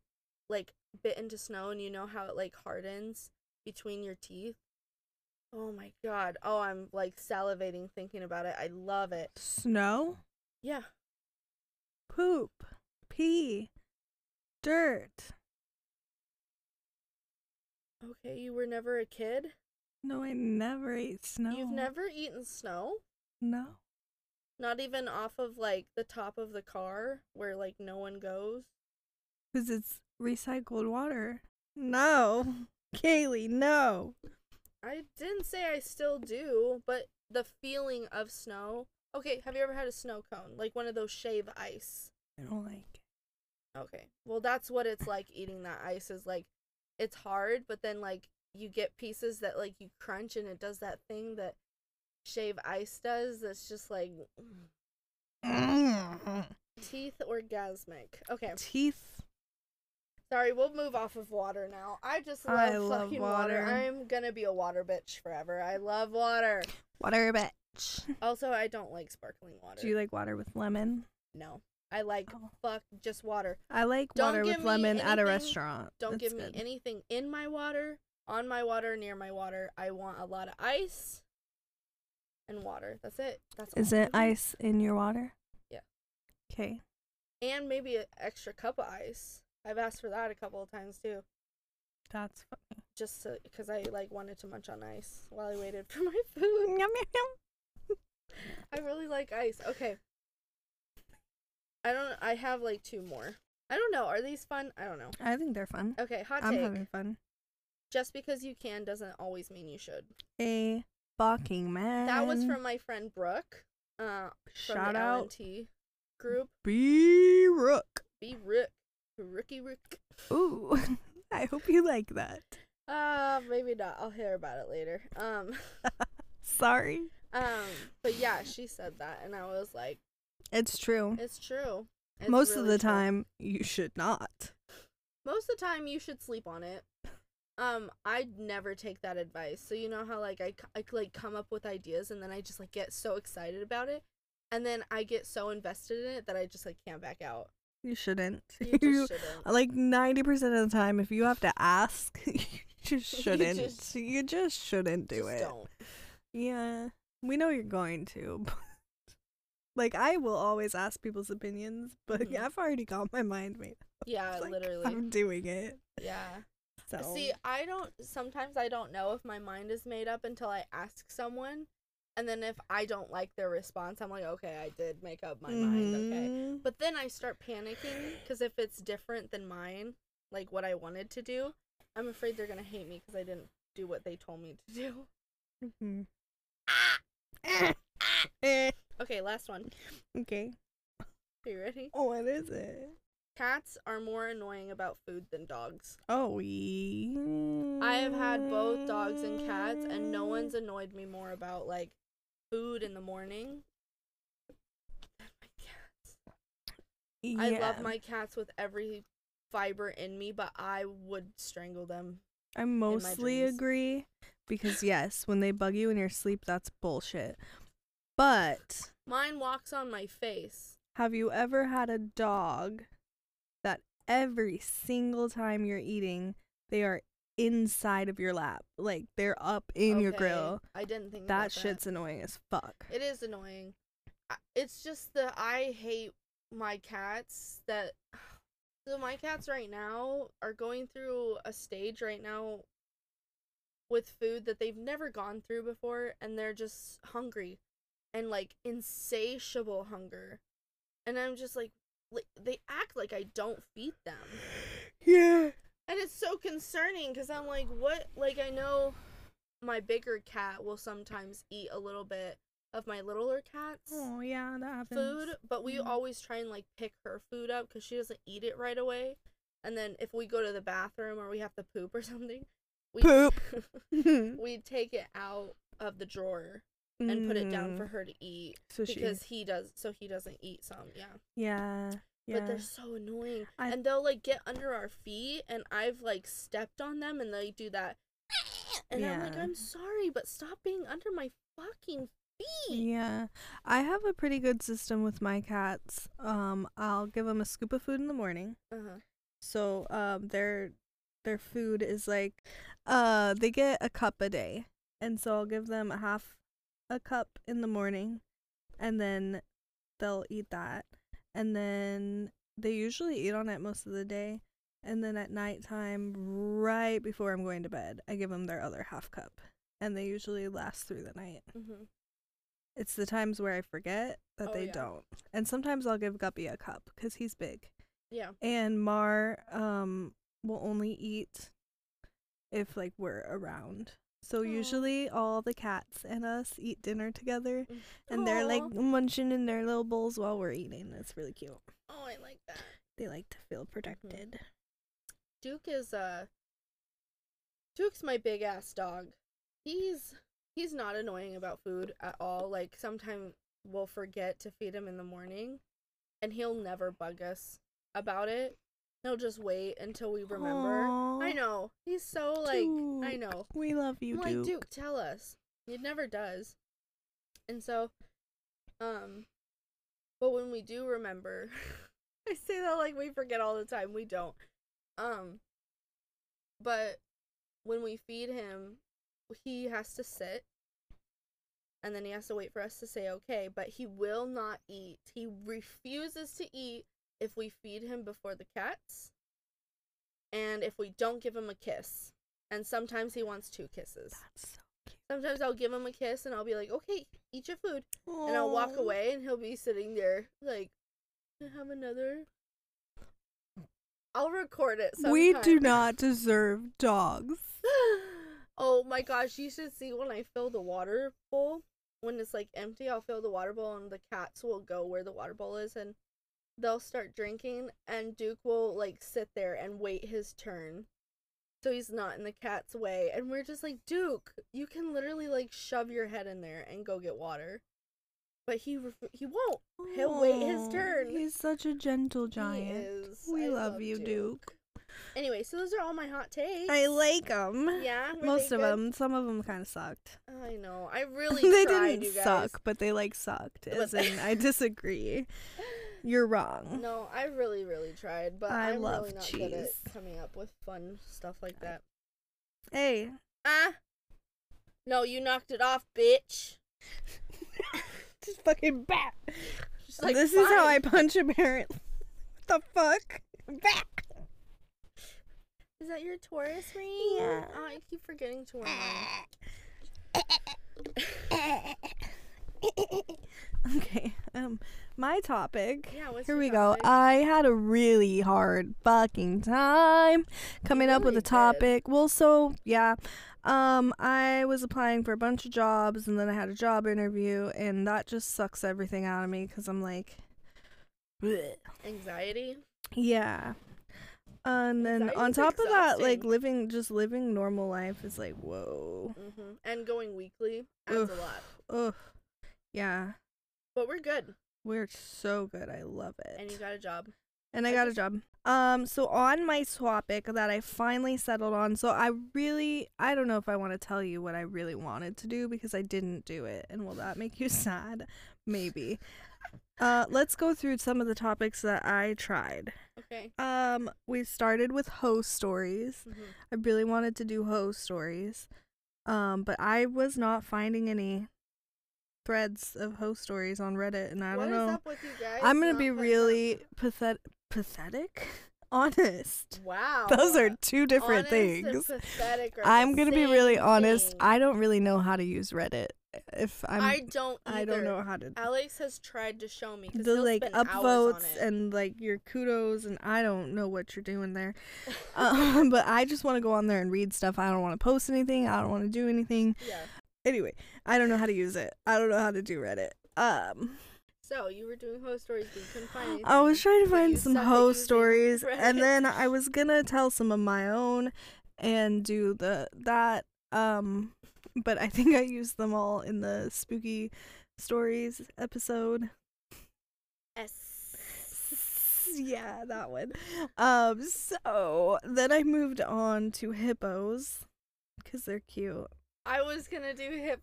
A: like bit into snow and you know how it like hardens between your teeth? Oh my god. Oh, I'm like salivating thinking about it. I love it.
B: snow
A: Yeah.
B: poop pee dirt
A: Okay, you were never a kid?
B: no I never ate snow
A: You've never eaten snow?
B: no
A: Not even off of like the top of the car where like no one goes?
B: because it's recycled water no Kaylee no
A: I didn't say I still do, but the feeling of snow. Okay, have you ever had a snow cone? Like one of those shave ice.
B: I don't like
A: Okay. Well, that's what it's like eating that ice is like it's hard, but then like you get pieces that like you crunch and it does that thing that shave ice does that's just like teeth orgasmic. Okay.
B: teeth.
A: Sorry, we'll move off of water now. I just love,
B: I love
A: fucking water.
B: water.
A: I'm gonna be a water bitch forever. I love water.
B: Water bitch.
A: Also, I don't like sparkling water.
B: Do you like water with lemon?
A: No. I like
B: Oh.
A: fuck just water.
B: I like
A: Don't
B: water
A: give me
B: with lemon at a
A: anything-
B: restaurant.
A: Don't
B: That's
A: give me
B: good.
A: anything in my water, on my water, near my water. I want a lot of ice and water. That's it. That's all. Mm-hmm.
B: Isn't
A: I want.
B: ice in your water?
A: Yeah.
B: Okay.
A: and maybe an extra cup of ice. I've asked for that a couple of times too,
B: That's funny.
A: just because I like wanted to munch on ice while I waited for my food.
B: Yum, yum, yum.
A: I really like ice. Okay. I don't. I have like two more. I don't know. Are these fun? I don't know.
B: I think they're fun.
A: Okay, hot
B: I'm
A: take.
B: having fun.
A: Just because you can doesn't always mean you should.
B: A fucking man.
A: That was from my friend Brooke. Uh, from
B: shout
A: the
B: out
A: LNT group.
B: B Rook.
A: Be Rick. Rookie Rick.
B: Ooh, I hope you like that.
A: Uh, maybe not. I'll hear about it later. Um,
B: Sorry.
A: um, but yeah, she said that, and I was like,
B: It's true.
A: it's true. It's
B: Most of
A: really
B: the
A: true.
B: time, you should not.
A: most of the time you should sleep on it um i'd never take that advice so you know how like I, c- I c- like come up with ideas and then i just like get so excited about it and then i get so invested in it that i just like can't back out
B: You shouldn't.
A: you just
B: You-
A: shouldn't
B: like 90% of the time, if you have to ask, you just shouldn't. You just,
A: just-
B: shouldn't do
A: just
B: it.
A: don't
B: Yeah. We know you're going to. But like, I will always ask people's opinions, but
A: Mhm.
B: I've already got my mind made. up.
A: yeah
B: Like,
A: literally
B: I'm doing it.
A: yeah
B: So.
A: see i don't sometimes i don't know if my mind is made up until i ask someone and then if i don't like their response i'm like okay i did make up my mind okay
B: Mhm.
A: But then I start panicking because if it's different than mine, like what I wanted to do, I'm afraid they're gonna hate me because I didn't do what they told me to do.
B: Mhm.
A: Okay, last one.
B: Mm-hmm. okay.
A: Are you ready?
B: What is it?
A: Cats are more annoying about food than dogs.
B: Oh, we.
A: I have had both dogs and cats, and no one's annoyed me more about like food in the morning. than my cats. I love
B: Yeah.
A: my cats with every fiber in me, but I would strangle them.
B: I mostly
A: dreams.
B: agree because yes, when they bug you in your sleep, that's bullshit. But
A: Mine walks on my face.
B: have you ever had a dog that every single time you're eating, they are inside of your lap, like they're up in your
A: Okay,
B: grill?
A: I didn't think about
B: That shit's annoying as fuck.
A: It is annoying. I- It's just that I hate my cats. That so my cats right now are going through a stage right now with food that they've never gone through before, and they're just hungry, and like insatiable hunger, and I'm just like, like they act like I don't feed them.
B: Yeah.
A: And it's so concerning because I'm like, what? Like, I know my bigger cat will sometimes eat a little bit of my littler cat's
B: Oh yeah, that happens.
A: food, but we
B: Mm.
A: always try and like pick her food up because she doesn't eat it right away. And then if we go to the bathroom or we have to poop or something, we
B: Poop.
A: we take it out of the drawer and put it down
B: Mm.
A: for her to eat
B: so
A: because he does so he doesn't eat some. Yeah.
B: she. Yeah. Yeah.
A: but they're so annoying.
B: I-
A: and they'll like get under our feet, and I've like stepped on them, and they do that. And I'm like,
B: Yeah.
A: I'm sorry, but stop being under my fucking feet.
B: Yeah, I have a pretty good system with my cats. Um, I'll give them a scoop of food in the morning.
A: Uh-huh.
B: So, um, their their food is like, uh, they get a cup a day, and so I'll give them a half a cup in the morning, and then they'll eat that, and then they usually eat on it most of the day, and then at nighttime, right before I'm going to bed, I give them their other half cup, and they usually last through the night.
A: Mm-hmm.
B: It's the times where I forget that
A: Oh,
B: they
A: yeah.
B: don't. And sometimes I'll give Guppy a cup because he's big.
A: Yeah.
B: And Mar um will only eat if like we're around. So
A: Aw.
B: usually all the cats and us eat dinner together
A: Mm.
B: and they're like
A: Aw.
B: munching in their little bowls while we're eating. It's really cute.
A: Oh, I like that.
B: They like to
A: Mm-hmm.
B: feel protected.
A: Duke is uh Duke's my big ass dog. He's he's not annoying about food at all. Like sometimes we'll forget to feed him in the morning and he'll never bug us about it. He'll just wait until we remember. I
B: Aw,
A: know. He's so like I
B: Duke.
A: know.
B: We love you,
A: I'm like,
B: Duke.
A: Duke, tell us. It never does. And so um but when we do remember I say that like we forget all the time. We don't. Um but when we feed him, he has to sit and then he has to wait for us to say okay, but he will not eat. He refuses to eat if we feed him before the cats and if we don't give him a kiss. And sometimes he wants two kisses.
B: That's so
A: Sometimes I'll give him a kiss and I'll be like, okay, eat your food.
B: cute.
A: And I'll walk
B: Aw.
A: away and he'll be sitting there like, "Can I have another. I'll record it. Sometime.
B: We do not deserve dogs.
A: oh my gosh, you should see when I fill the water bowl. When it's like empty, I'll fill the water bowl and the cats will go where the water bowl is and they'll start drinking and Duke will like sit there and wait his turn so he's not in the cat's way. And we're just like, Duke, you can literally like shove your head in there and go get water. But he ref- he won't. He'll wait his
B: Aw,
A: turn.
B: He's such a gentle
A: He
B: giant.
A: is.
B: We
A: I
B: love, you, Duke.
A: Anyway, so those are all my hot takes.
B: I like him.
A: yeah, were they
B: Most of
A: good?
B: them. Some of them kind of sucked.
A: I know. I really
B: they
A: tried,
B: didn't
A: you guys.
B: suck, but they like sucked.
A: But
B: As
A: they-
B: in, I disagree. You're wrong.
A: No, I really, really tried, but
B: I
A: am
B: love
A: really not good at
B: cheese.
A: coming up with fun stuff like that.
B: Hey,
A: Ah, no, you knocked it off, bitch.
B: just fucking bat.
A: She's like,
B: this is how I
A: "Fine."
B: punch apparently. what the fuck? Bat.
A: Is that your Taurus ring?
B: Yeah.
A: Oh, I keep forgetting to wear mine.
B: okay. Um, my topic.
A: Yeah, what's
B: Here
A: your
B: we
A: topic?
B: go. Uh, I had a really hard fucking time coming up with
A: really
B: a
A: did.
B: topic. Well, so yeah, um, I was applying for a bunch of jobs, and then I had a job interview, and that just sucks everything out of me because I'm like, "Bleh."
A: Anxiety.
B: Yeah. And then on
A: Anxiety's
B: top of that, like
A: exhausting.
B: living just living normal life is like whoa.
A: Mm-hmm. And going weekly adds a
B: Ugh.
A: lot.
B: Ugh. Yeah.
A: But we're good.
B: We're so good. I love it.
A: And you got a job.
B: And I
A: I
B: got a
A: just-
B: job. Um, so on my topic that I finally settled on, so I really I don't know if I want to tell you what I really wanted to do because I didn't do it. And will that make you sad? Maybe. Uh, let's go through some of the topics that I tried.
A: Okay.
B: Um, we started with hoe stories.
A: hmm
B: I really wanted to do hoe stories. Um, but I was not finding any threads of hoe stories on Reddit and I
A: What
B: don't
A: is
B: know.
A: up with you guys?
B: I'm gonna
A: not
B: be
A: putting up-
B: really pathet- pathetic, honest.
A: Wow.
B: Those are two different
A: Honest and
B: things.
A: pathetic are the
B: I'm gonna be really
A: same
B: honest.
A: thing.
B: I don't really know how to use Reddit. If I'm,
A: I
B: I,
A: don't. Either.
B: don't know how to.
A: Alex has tried to show me 'cause
B: The
A: he'll
B: like
A: spend hours on
B: upvotes
A: it.
B: and like your kudos, and I don't know what you're doing there. um, but I just want to go on there and read stuff. I don't want to post anything. I don't want to do anything.
A: yeah.
B: Anyway, I don't know how to use it. I don't know how to do Reddit. Um,
A: So you were doing hoe stories, but you couldn't find anything.
B: I was trying to
A: but you
B: find some
A: suck at
B: hoe
A: using
B: stories,
A: Reddit.
B: and then I was gonna tell some of my own and do the that. Um, but I think I used them all in the spooky stories episode.
A: S.
B: Yeah, that one. Um, so then I moved on to hippos because they're cute,
A: I was gonna do hip.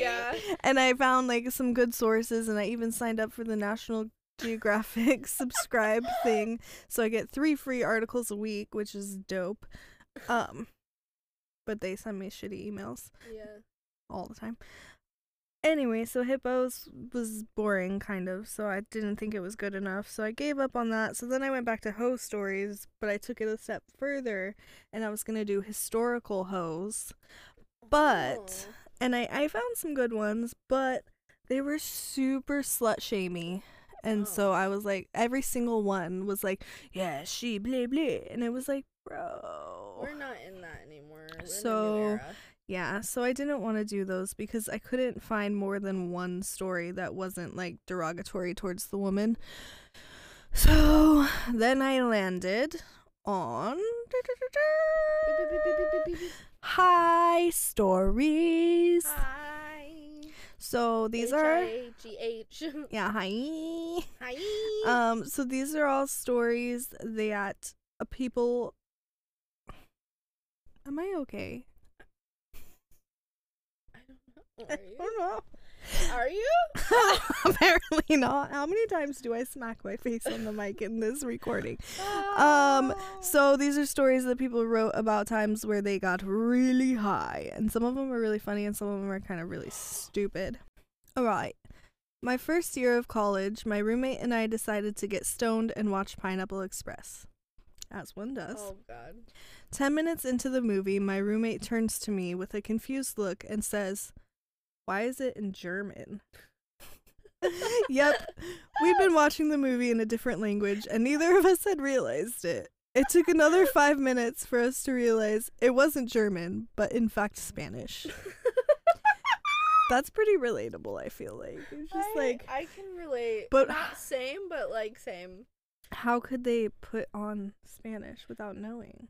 A: yeah.
B: and I found like some good sources, and I even signed up for the National. Geographic subscribe thing, so I get three free articles a week, which is dope. Um, but they send me shitty emails
A: Yeah.
B: all the time. Anyway, so hippos was boring, kind of, so I didn't think it was good enough, so I gave up on that. So then I went back to hoe stories, but I took it a step further, and I was gonna do historical hoes, But-
A: Oh.
B: and I I found some good ones, but they were super slut shamey. And
A: Oh.
B: so I was like, every single one was like, yeah, she, blah, blah. And it was like, bro.
A: we're not in that anymore. We're
B: So-
A: in a new era.
B: Yeah, so I didn't want to do those because I couldn't find more than one story that wasn't like derogatory towards the woman. So then I landed on
A: Beep, beep, beep, beep, beep, beep, beep.
B: high stories.
A: Hi.
B: So these are
A: H-I-G-H.
B: yeah, hi.
A: Hi.
B: Um so these are all stories that uh, people Am I okay?
A: I don't know. Are you?
B: know.
A: Are you?
B: Apparently not. How many times do I smack my face on the mic in this recording? Um,
A: Oh.
B: So these are stories that people wrote about times where they got really high, and some of them are really funny, and some of them are kind of really stupid. All right. My first year of college, my roommate and I decided to get stoned and watch Pineapple Express. As one does.
A: Oh God.
B: Ten minutes into the movie, my roommate turns to me with a confused look and says, Why is it in German? yep, we'd been watching the movie in a different language and neither of us had realized it. It took another five minutes for us to realize it wasn't German, but in fact Spanish. That's pretty relatable, I feel like. It's just
A: I-
B: like,
A: I can relate.
B: But-
A: not same, but like same.
B: how could they put on Spanish without knowing?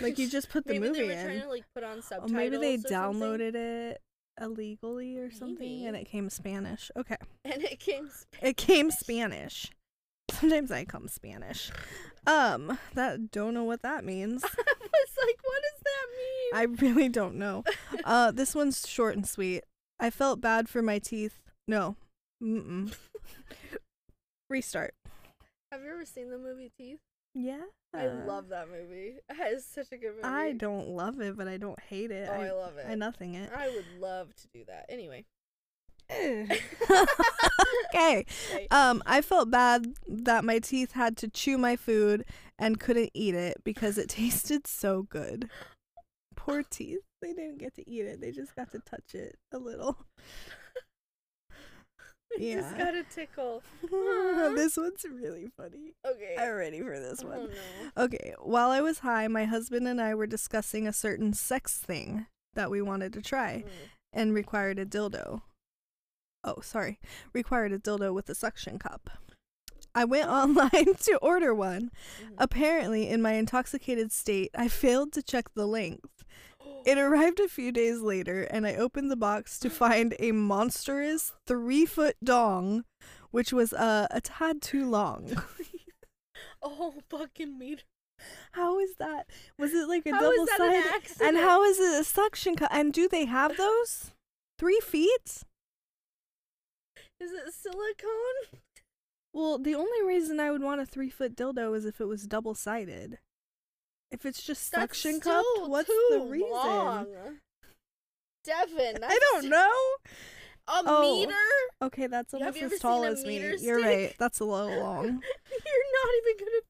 B: Like you just put the
A: maybe
B: movie
A: they were trying
B: in.
A: to like put on
B: Or
A: subtitles.
B: maybe they
A: or something,
B: downloaded it illegally or something and
A: Maybe.
B: it came Spanish. Okay.
A: and it came. Sp-
B: It came Spanish. Sometimes I come Spanish. Um, that don't know what that means.
A: I was like, what does that mean?
B: I really don't know. Uh, this one's short and sweet. I felt bad for my teeth. No. Mm-mm. Restart.
A: Have you ever seen the movie Teeth?
B: Yeah.
A: I love that movie. It's such a good movie.
B: Uh. I don't love it, but I don't hate it.
A: Oh, I,
B: I,
A: love it.
B: I nothing it.
A: I would love to do that. Anyway.
B: okay.
A: Okay.
B: Um, I felt bad that my teeth had to chew my food and couldn't eat it because it tasted so good. Poor teeth. They didn't get to eat it. They just got to touch it a little.
A: I Just
B: yeah.
A: got a tickle. Aw.
B: this one's really funny.
A: Okay.
B: I'm ready for this
A: oh
B: one.
A: no.
B: Okay. While I was high, my husband and I were discussing a certain sex thing that we wanted to try
A: Mm.
B: and required a dildo. Oh, sorry. Required a dildo with a suction cup. I went online to order one.
A: Mhm.
B: Apparently, in my intoxicated state, I failed to check the length. It arrived a few days later, and I opened the box to find a monstrous three foot dong, which was uh, a tad too long.
A: A whole Mm. Oh, fucking meter.
B: How is that? Was it like a
A: How
B: double
A: is that an
B: sided?
A: accident?
B: And how is it a suction cup? And do they have those? Three feet?
A: is it silicone?
B: Well, the only reason I would want a three foot dildo is if it was double sided. If it's just
A: That's
B: suction cupped,
A: still
B: what's
A: too
B: the reason?
A: long. Devin, that's
B: I don't know.
A: A
B: Oh.
A: meter?
B: Okay, that's
A: Have
B: almost
A: you ever
B: as tall
A: seen a
B: as me.
A: meter
B: You're
A: stick?
B: right. That's a little long.
A: You're not even gonna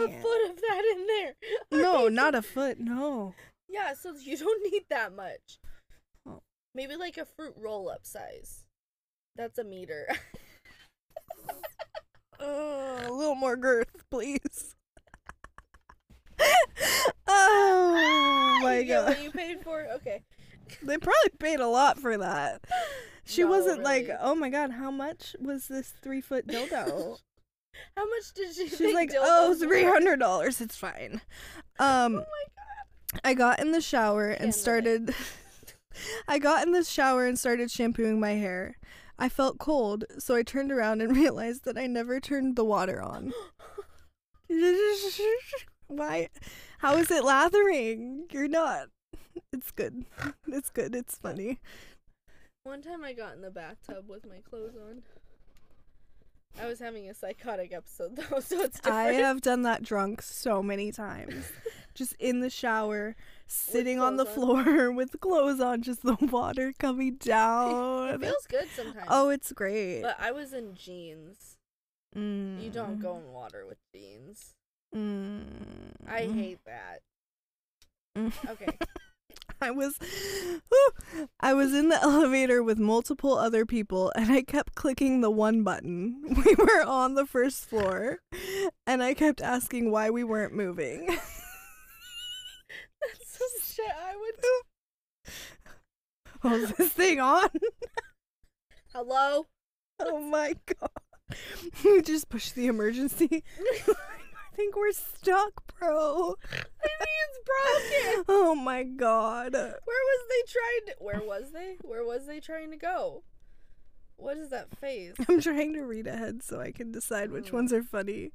A: fit
B: Um. Yeah.
A: a foot of that in there.
B: no, not a foot. No.
A: Yeah, so you don't need that much.
B: Oh.
A: Maybe like a fruit roll up size. That's a meter.
B: Uh, a little more girth, please. oh my
A: you get
B: god.
A: what you paid for? Okay.
B: They probably paid a lot for that. She
A: No,
B: wasn't like,
A: really.
B: oh my god, how much was this three foot dildo?
A: How much did she
B: She's
A: think
B: like,
A: dildos
B: oh,
A: were?"
B: three hundred dollars. It's fine.
A: Oh
B: Um,
A: my god.
B: I got in the shower
A: Handle it.
B: and started. I got in the shower and started shampooing my hair. I felt cold, so I turned around and realized that I never turned the water on. Why? How is it lathering? You're not. It's good. It's good. It's funny.
A: One time I got in the bathtub with my clothes on. I was having a psychotic episode though, so it's different.
B: I have done that drunk so many times. just in the shower, sitting on the
A: clothes on.
B: floor with clothes on, just the water coming
A: it
B: down.
A: feels good sometimes.
B: oh, it's great.
A: But I was in jeans. You don't
B: Mm.
A: go in water with jeans.
B: Mm.
A: I hate that. Okay.
B: Mm-hmm. I was Whew. I was in the elevator with multiple other people and I kept clicking the one button. We were on the first floor and I kept asking why we weren't moving.
A: That's some shit I would
B: Was this thing on?
A: Hello?
B: Oh my god. We just push the emergency. I think we're stuck, bro.
A: it's broken.
B: Oh my god.
A: Where was they trying to Where was they? Where was they trying to go? What is that face?
B: I'm trying to read ahead so I can decide which
A: Mm.
B: ones are funny.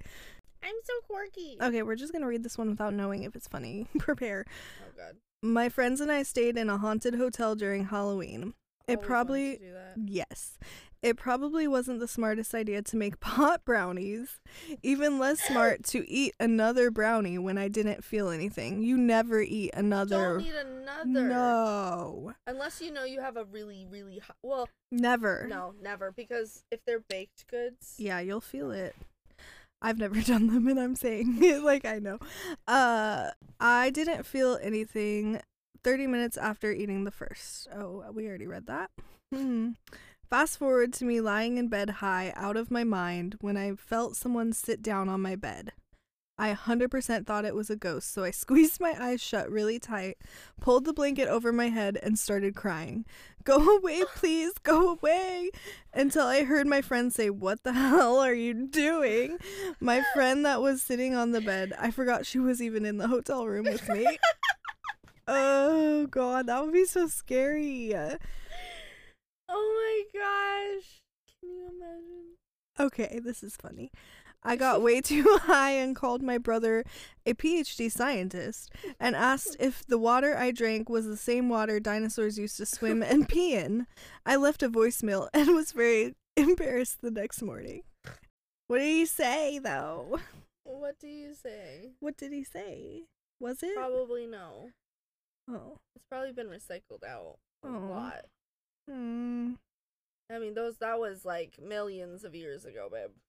A: I'm so quirky.
B: Okay, we're just gonna read this one without knowing if it's funny. Prepare.
A: oh god.
B: My friends and I stayed in a haunted hotel during Halloween.
A: Always
B: It
A: wanted to
B: probably
A: do that.
B: Yes. It probably wasn't the smartest idea to make pot brownies. Even less smart to eat another brownie when I didn't feel anything. You never eat another.
A: Don't need another.
B: No.
A: Unless you know you have a really, really hot. Well,
B: Never.
A: no, never. Because if they're baked goods,
B: Yeah, you'll feel it. I've never done them and I'm saying it like I know. Uh I didn't feel anything 30 minutes after eating the first. Oh, we already read that. Hmm. Fast forward to me lying in bed high out of my mind when I felt someone sit down on my bed. I 100% thought it was a ghost, so I squeezed my eyes shut really tight, pulled the blanket over my head, and started crying. Go away, please, go away! Until I heard my friend say, What the hell are you doing? My friend that was sitting on the bed, I forgot she was even in the hotel room with me. oh, God, that would be so scary.
A: Oh my gosh. Can you imagine?
B: Okay, this is funny. I got way too high and called my brother a PhD scientist and asked if the water I drank was the same water dinosaurs used to swim and pee in. I left a voicemail and was very embarrassed the next morning. What did he say, though?
A: What do you say?
B: What did he say? Was it?
A: Probably no.
B: Oh.
A: It's probably been recycled out a
B: Oh.
A: lot.
B: Hmm.
A: I mean, those that was like millions of years ago, babe.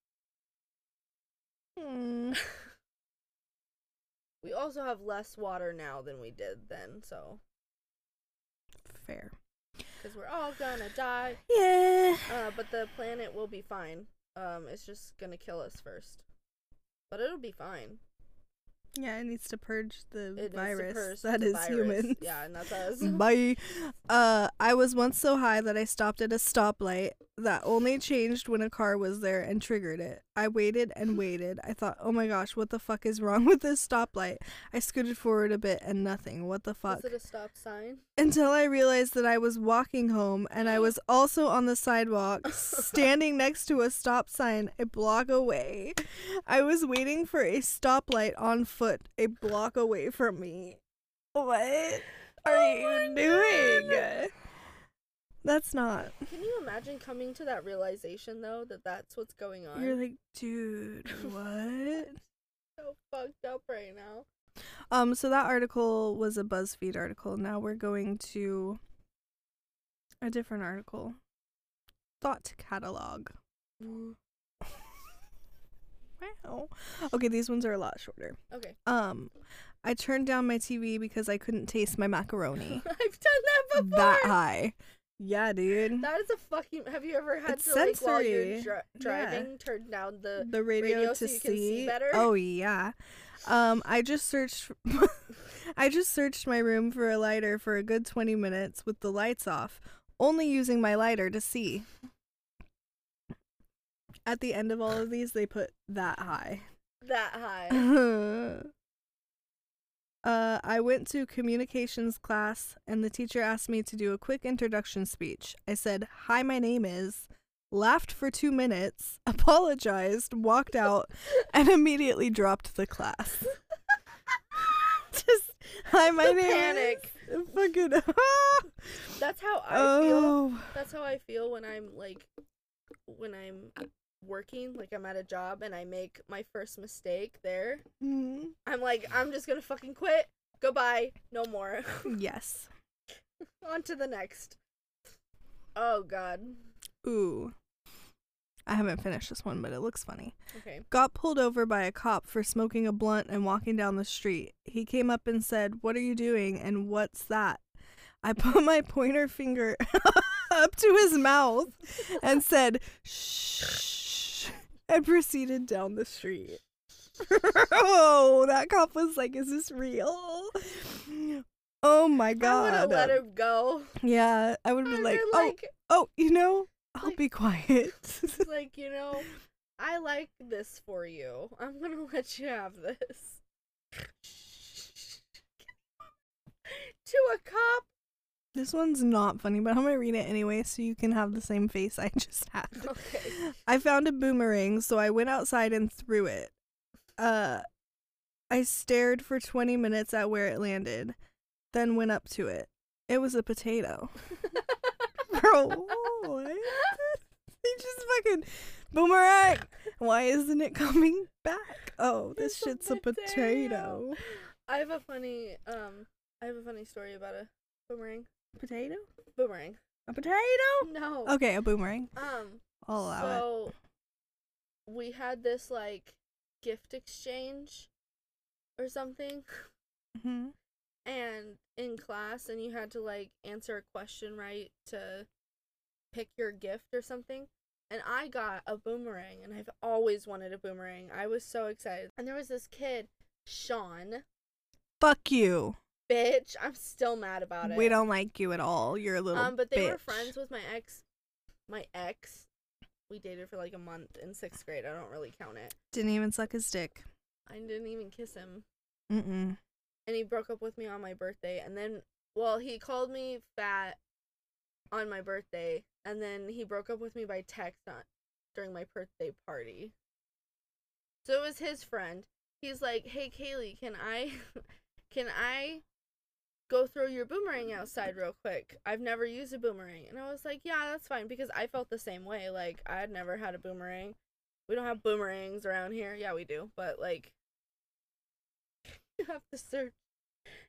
B: Hmm.
A: We also have less water now than we did then, so
B: Fair.
A: because we're all gonna die.
B: Yeah.
A: Uh, but the planet will be fine. Um, it's just gonna kill us first, but it'll be fine.
B: Yeah, it needs to purge the
A: It needs to purge
B: virus that
A: the
B: is
A: virus.
B: human.
A: Yeah, and that's us.
B: Bye. Uh, I was once so high that I stopped at a stoplight that only changed when a car was there and triggered it. I waited and waited. I thought, oh my gosh, what the fuck is wrong with this stoplight? I scooted forward a bit and nothing. What the fuck?
A: Is it a stop sign?
B: Until I realized that I was walking home and I was also on the sidewalk, standing next to a stop sign a block away. I was waiting for a stoplight on foot a block away from me. What are
A: Oh
B: you
A: my
B: doing?
A: God.
B: That's not.
A: Can you imagine coming to that realization though that that's what's going on?
B: You're like, dude, what?
A: so fucked up right now.
B: Um, so that article was a BuzzFeed article. Now we're going to a different article. Thought catalog. Wow. Okay, these ones are a lot shorter.
A: Okay,
B: Um, I turned down my TV because I couldn't taste my macaroni.
A: I've done that before.
B: that uh, high. Yeah, dude.
A: That is a fucking. Have you ever had
B: It's
A: to like while you're
B: sensory.
A: dri-
B: Yeah.
A: driving turn down the?
B: the radio,
A: radio
B: to
A: so you
B: see.
A: can see better?
B: Oh yeah. Um, I just searched. I just searched my room for a lighter for a good twenty minutes with the lights off, only using my lighter to see. At the end of all of these, they put that high.
A: That high.
B: uh, I went to communications class, and the teacher asked me to do a quick introduction speech. I said, Hi, my name is, laughed for two minutes, apologized, walked out, and immediately dropped the class. Just, Hi, my
A: The
B: name
A: panic.
B: is. Fucking. ah.
A: That's how I feel.
B: oh.
A: That's how I feel when I'm like, when I'm working, like I'm at a job and I make my first mistake there.
B: Mm,
A: I'm like, I'm just gonna fucking quit. Goodbye. No more.
B: yes.
A: On to the next. Oh God.
B: Ooh. I haven't finished this one, but it looks funny.
A: Okay.
B: got pulled over by a cop for smoking a blunt and walking down the street. He came up and said, What are you doing? And what's that? I put my pointer finger up to his mouth and said, Shh, and proceeded down the street. oh, that cop was like, Is this real? Oh my
A: I would
B: god.
A: have let him go.
B: yeah, I would
A: I'd
B: be
A: been
B: like, oh,
A: like,
B: oh, you know, I'll
A: like-
B: be quiet.
A: like you know, I like this for you. I'm gonna let you have this. to a cop.
B: This one's not funny, but I'm gonna read it anyway so you can have the same face I just had.
A: Okay.
B: I found a boomerang, so I went outside and threw it. Uh, I stared for 20 minutes at where it landed, then went up to it. It was a potato. Bro, what? They just fucking boomerang. Why isn't it coming back? Oh, this
A: It's a
B: shit's a potato.
A: I have a funny um. I have a funny story about a boomerang.
B: Potato?
A: Boomerang.
B: A potato?
A: No.
B: Okay, a boomerang.
A: Um.
B: I'll allow it.
A: so we had this like gift exchange or something.
B: Mhm.
A: and in class and you had to like answer a question right to pick your gift or something and I got a boomerang, and I've always wanted a boomerang. I was so excited. And there was this kid, Sean.
B: Fuck you.
A: Bitch, I'm still mad about it.
B: We don't like you at all. You're a little
A: Um, but they were
B: bitch.
A: friends with my ex. My ex, we dated for like a month in sixth grade. I don't really count it.
B: Didn't even suck his dick.
A: I didn't even kiss him,
B: Mm-mm.
A: and he broke up with me on my birthday. And then, well, he called me fat on my birthday, and then he broke up with me by text on, during my birthday party. So it was his friend. He's like, "Hey, Kaylee, can I, can I?" Go throw your boomerang outside real quick. I've never used a boomerang. And I was like, yeah, that's fine because I felt the same way. Like, I'd never had a boomerang. We don't have boomerangs around here. Yeah, we do, but like you have to search.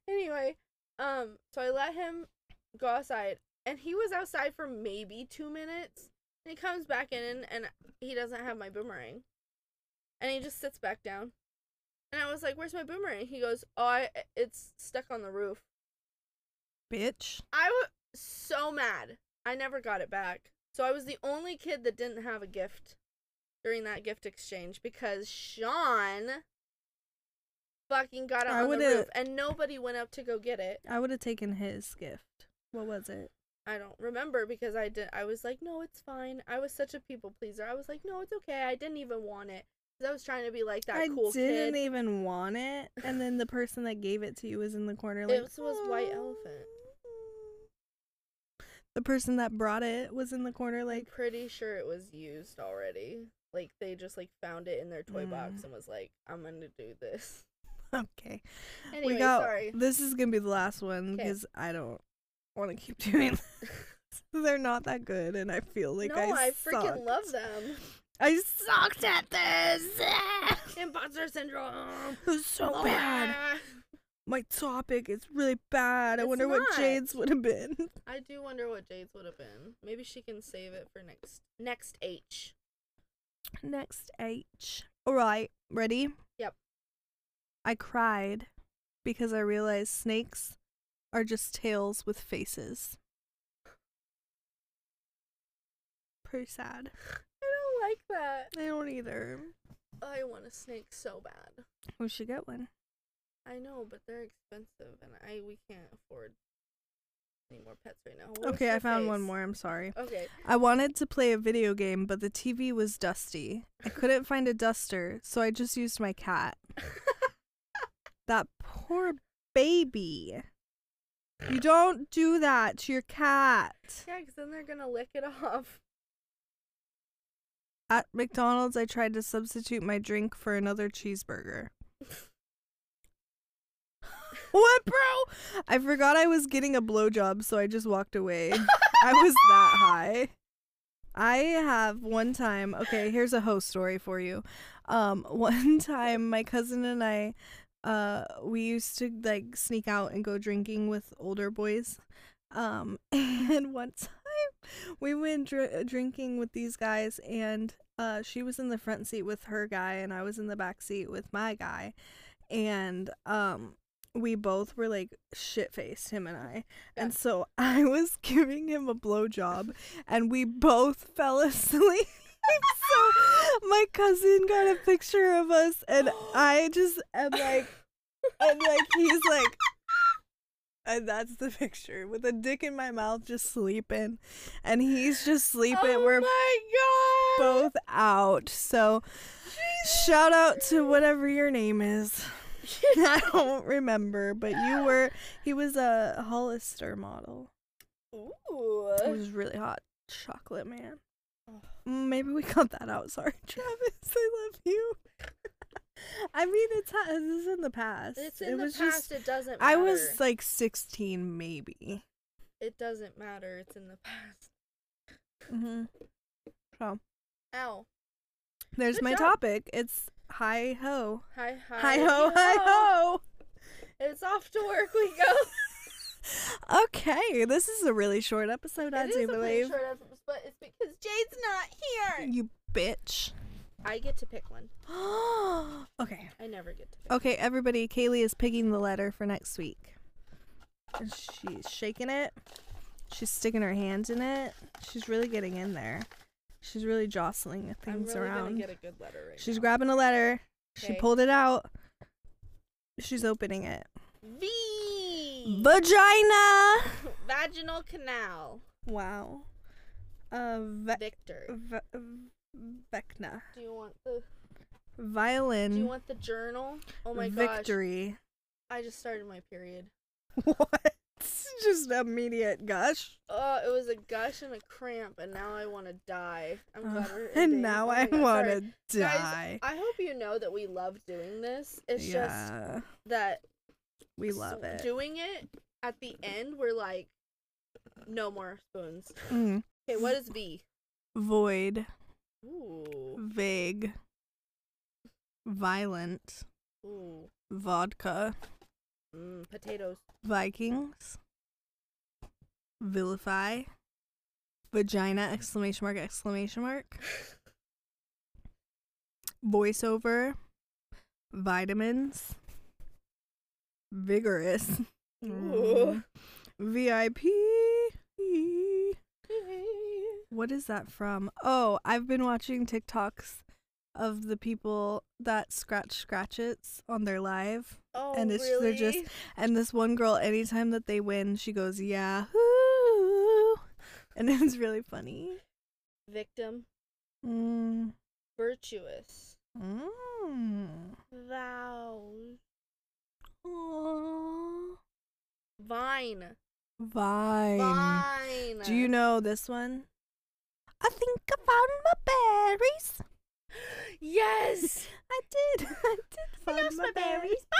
A: Anyway, um, so I let him go outside and he was outside for maybe two minutes. And he comes back in and he doesn't have my boomerang. And he just sits back down. And I was like, Where's my boomerang? He goes, Oh, I, it's stuck on the roof.
B: Bitch.
A: I was so mad. I never got it back. So I was the only kid that didn't have a gift during that gift exchange because Sean fucking got it
B: I
A: on the
B: would've-
A: roof and nobody went up to go get it.
B: I would have taken his gift. What was it?
A: I don't remember because I did. I was like, no, it's fine. I was such a people pleaser. I was like, no, it's okay. I didn't even want it 'Cause I was trying to be like that
B: I
A: cool
B: didn't e,
A: kid.
B: even want it. And then the person that gave it to you was in the corner like
A: This was White Elephant.
B: "Oh." The person that brought it was in the corner
A: I'm
B: like
A: pretty sure it was used already. Like they just like found it in their toy box
B: Mm.
A: and was like, I'm gonna do this.
B: okay.
A: Anyway,
B: we got
A: sorry.
B: this is gonna be the last one
A: 'Kay.
B: because I don't want to keep doing this. They're not that good and I feel like
A: no, I,
B: sucked.
A: freaking love them.
B: I sucked at this.
A: Imposter syndrome.
B: it was so
A: Oh,
B: bad. My topic is really bad. I
A: It's
B: wonder what
A: not.
B: Jade's would have been.
A: I do wonder what Jade's would have been. Maybe she can save it for next next H.
B: Next H. All right, ready?
A: Yep.
B: I cried because I realized snakes are just tails with faces. Pretty sad.
A: I don't like that.
B: I don't either.
A: I want a snake so bad.
B: We should get one.
A: I know, but they're expensive, and I we can't afford any more pets right now. What was
B: okay, I
A: your
B: found one
A: face?
B: more. I'm sorry.
A: Okay,
B: I wanted to play a video game, but the TV was dusty. I couldn't find a duster, so I just used my cat. that poor baby. You don't do that to your cat.
A: yeah, because then they're gonna lick it off.
B: At McDonald's, I tried to substitute my drink for another cheeseburger. what, bro? I forgot I was getting a blowjob, so I just walked away. I was that high. I have one time. Okay, here's a hoe story for you. Um, one time, my cousin and I, uh, we used to like sneak out and go drinking with older boys. Um, and one time we went dr- drinking with these guys, and uh, she was in the front seat with her guy, and I was in the back seat with my guy, and um. We both were like shit faced, him and I. And
A: Yeah.
B: so I was giving him a blowjob and we both fell asleep. so my cousin got a picture of us and I just am like and like he's like and that's the picture with a dick in my mouth just sleeping and he's just sleeping
A: oh
B: we're
A: my god!
B: both out so shout out to whatever your name is i don't remember but you were he was a hollister model
A: Ooh.
B: it was really hot chocolate man
A: Oh.
B: Mm, maybe we cut that out sorry travis i love you i mean it's ha- this is in the past
A: It's in
B: it
A: the
B: was
A: past.
B: just
A: it doesn't.
B: i
A: matter.
B: was like 16 maybe
A: It doesn't matter. It's in the past.
B: mm-hmm.
A: Ow!
B: there's
A: Good
B: my
A: job.
B: topic it's hi ho
A: Hi hi.
B: hi ho hi ho
A: It's off to work we go.
B: okay this is a really short episode i
A: It
B: do
A: is a pretty
B: believe
A: short episode, but it's because Jade's not here.
B: you bitch
A: I get to pick one.
B: okay
A: I never get to pick.
B: okay everybody kaylee is picking the letter for next week and she's shaking it she's sticking her hands in it she's really getting in there She's really jostling
A: I'm
B: things
A: really
B: around.
A: gonna get a good letter right
B: She's
A: now.
B: grabbing a letter. She
A: Okay.
B: pulled it out. She's opening it.
A: V.
B: Vagina.
A: Vaginal canal.
B: Wow. Uh, ve-
A: Victor.
B: ve- Vecna.
A: Do you want the?
B: Violin.
A: Do you want the journal? Oh my gosh!
B: victory.
A: I just started my period.
B: What? Just immediate gush.
A: Oh, it was a gush and a cramp, and now I want to die. I'm glad we're.
B: Uh, and
A: ending.
B: now
A: Oh my
B: I
A: God,
B: want
A: sorry.
B: to die.
A: Guys, I hope you know that we love doing this. It's just
B: yeah,
A: that
B: we
A: s-
B: love it.
A: doing it at the end, we're like, no more spoons.
B: Mm.
A: Okay, what is V?
B: Void,
A: Ooh,
B: vague, violent,
A: ooh,
B: vodka,
A: mm, potatoes.
B: Vikings, vilify, vagina! Exclamation mark! Exclamation mark! Voiceover, vitamins, vigorous. mm,
A: Ooh.
B: VIP. What is that from? Oh, I've been watching TikToks of the people that scratch scratchets on their live.
A: Oh,
B: And it's- they're
A: really?
B: just- And this one girl, anytime that they win, she goes, Yahoo! And it's really funny.
A: victim,
B: Mm.
A: virtuous,
B: Mm.
A: vows,
B: Aw.
A: vine,
B: Vine.
A: vine.
B: Do you know this one? I think I found my berries.
A: Yes,
B: I did. I did
A: I
B: find
A: lost
B: my,
A: my
B: berries.
A: berries, but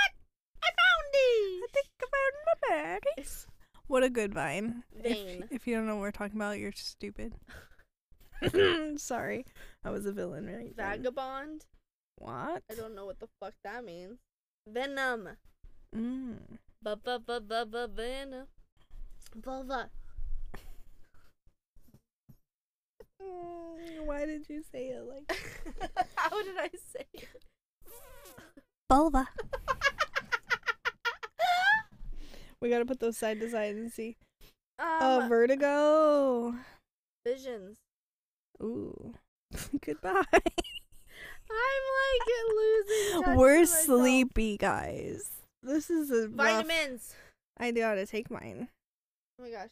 A: I found these.
B: I think I found my berries. What a good vine. If,
A: Vine.
B: if you don't know what we're talking about, you're stupid. Sorry. I was a villain, right? then.
A: Vagabond.
B: What?
A: I don't know what the fuck that means. Venom.
B: Mm.
A: Ba ba ba ba ba venom. Vulva.
B: Mm, Why did you say it like
A: How did I say it?
B: vulva? We gotta put those side to side and see. Oh,
A: um,
B: vertigo.
A: visions.
B: Ooh. Goodbye.
A: I'm like losing. touch
B: We're
A: with myself.
B: sleepy, guys. This is a rough
A: Vitamins.
B: I gotta take mine.
A: Oh my gosh.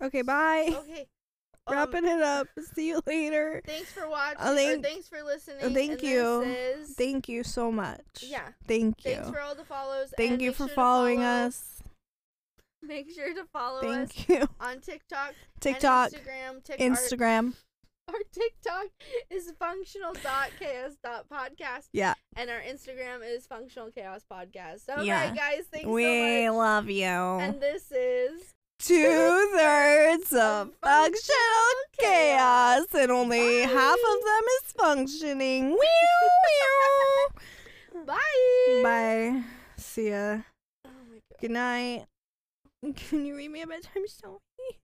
B: Okay, bye.
A: Okay. Um,
B: Wrapping it up. See you later.
A: Thanks for watching.
B: Uh,
A: or
B: thank-
A: thanks for listening.
B: thank
A: and
B: you.
A: This is-
B: Thank you so much.
A: yeah.
B: Thank you.
A: Thanks for all the follows.
B: Thank
A: and
B: you
A: make
B: for
A: sure to
B: following
A: follow-
B: us.
A: Make sure to follow us
B: Thank you.
A: on TikTok,
B: TikTok,
A: and Instagram. Tik- our-
B: Instagram.
A: Our, TikTok is functional.chaos.podcast.
B: Yeah.
A: And our Instagram is functional chaos podcast. All right,
B: Yeah.
A: guys. Thanks
B: we
A: so much.
B: love you.
A: And this is
B: Two thirds of
A: of
B: functional chaos, and only half of them is functioning. Wee
A: bye.
B: Bye. See ya.
A: Oh my god.
B: Good night. Can you read me a bedtime story?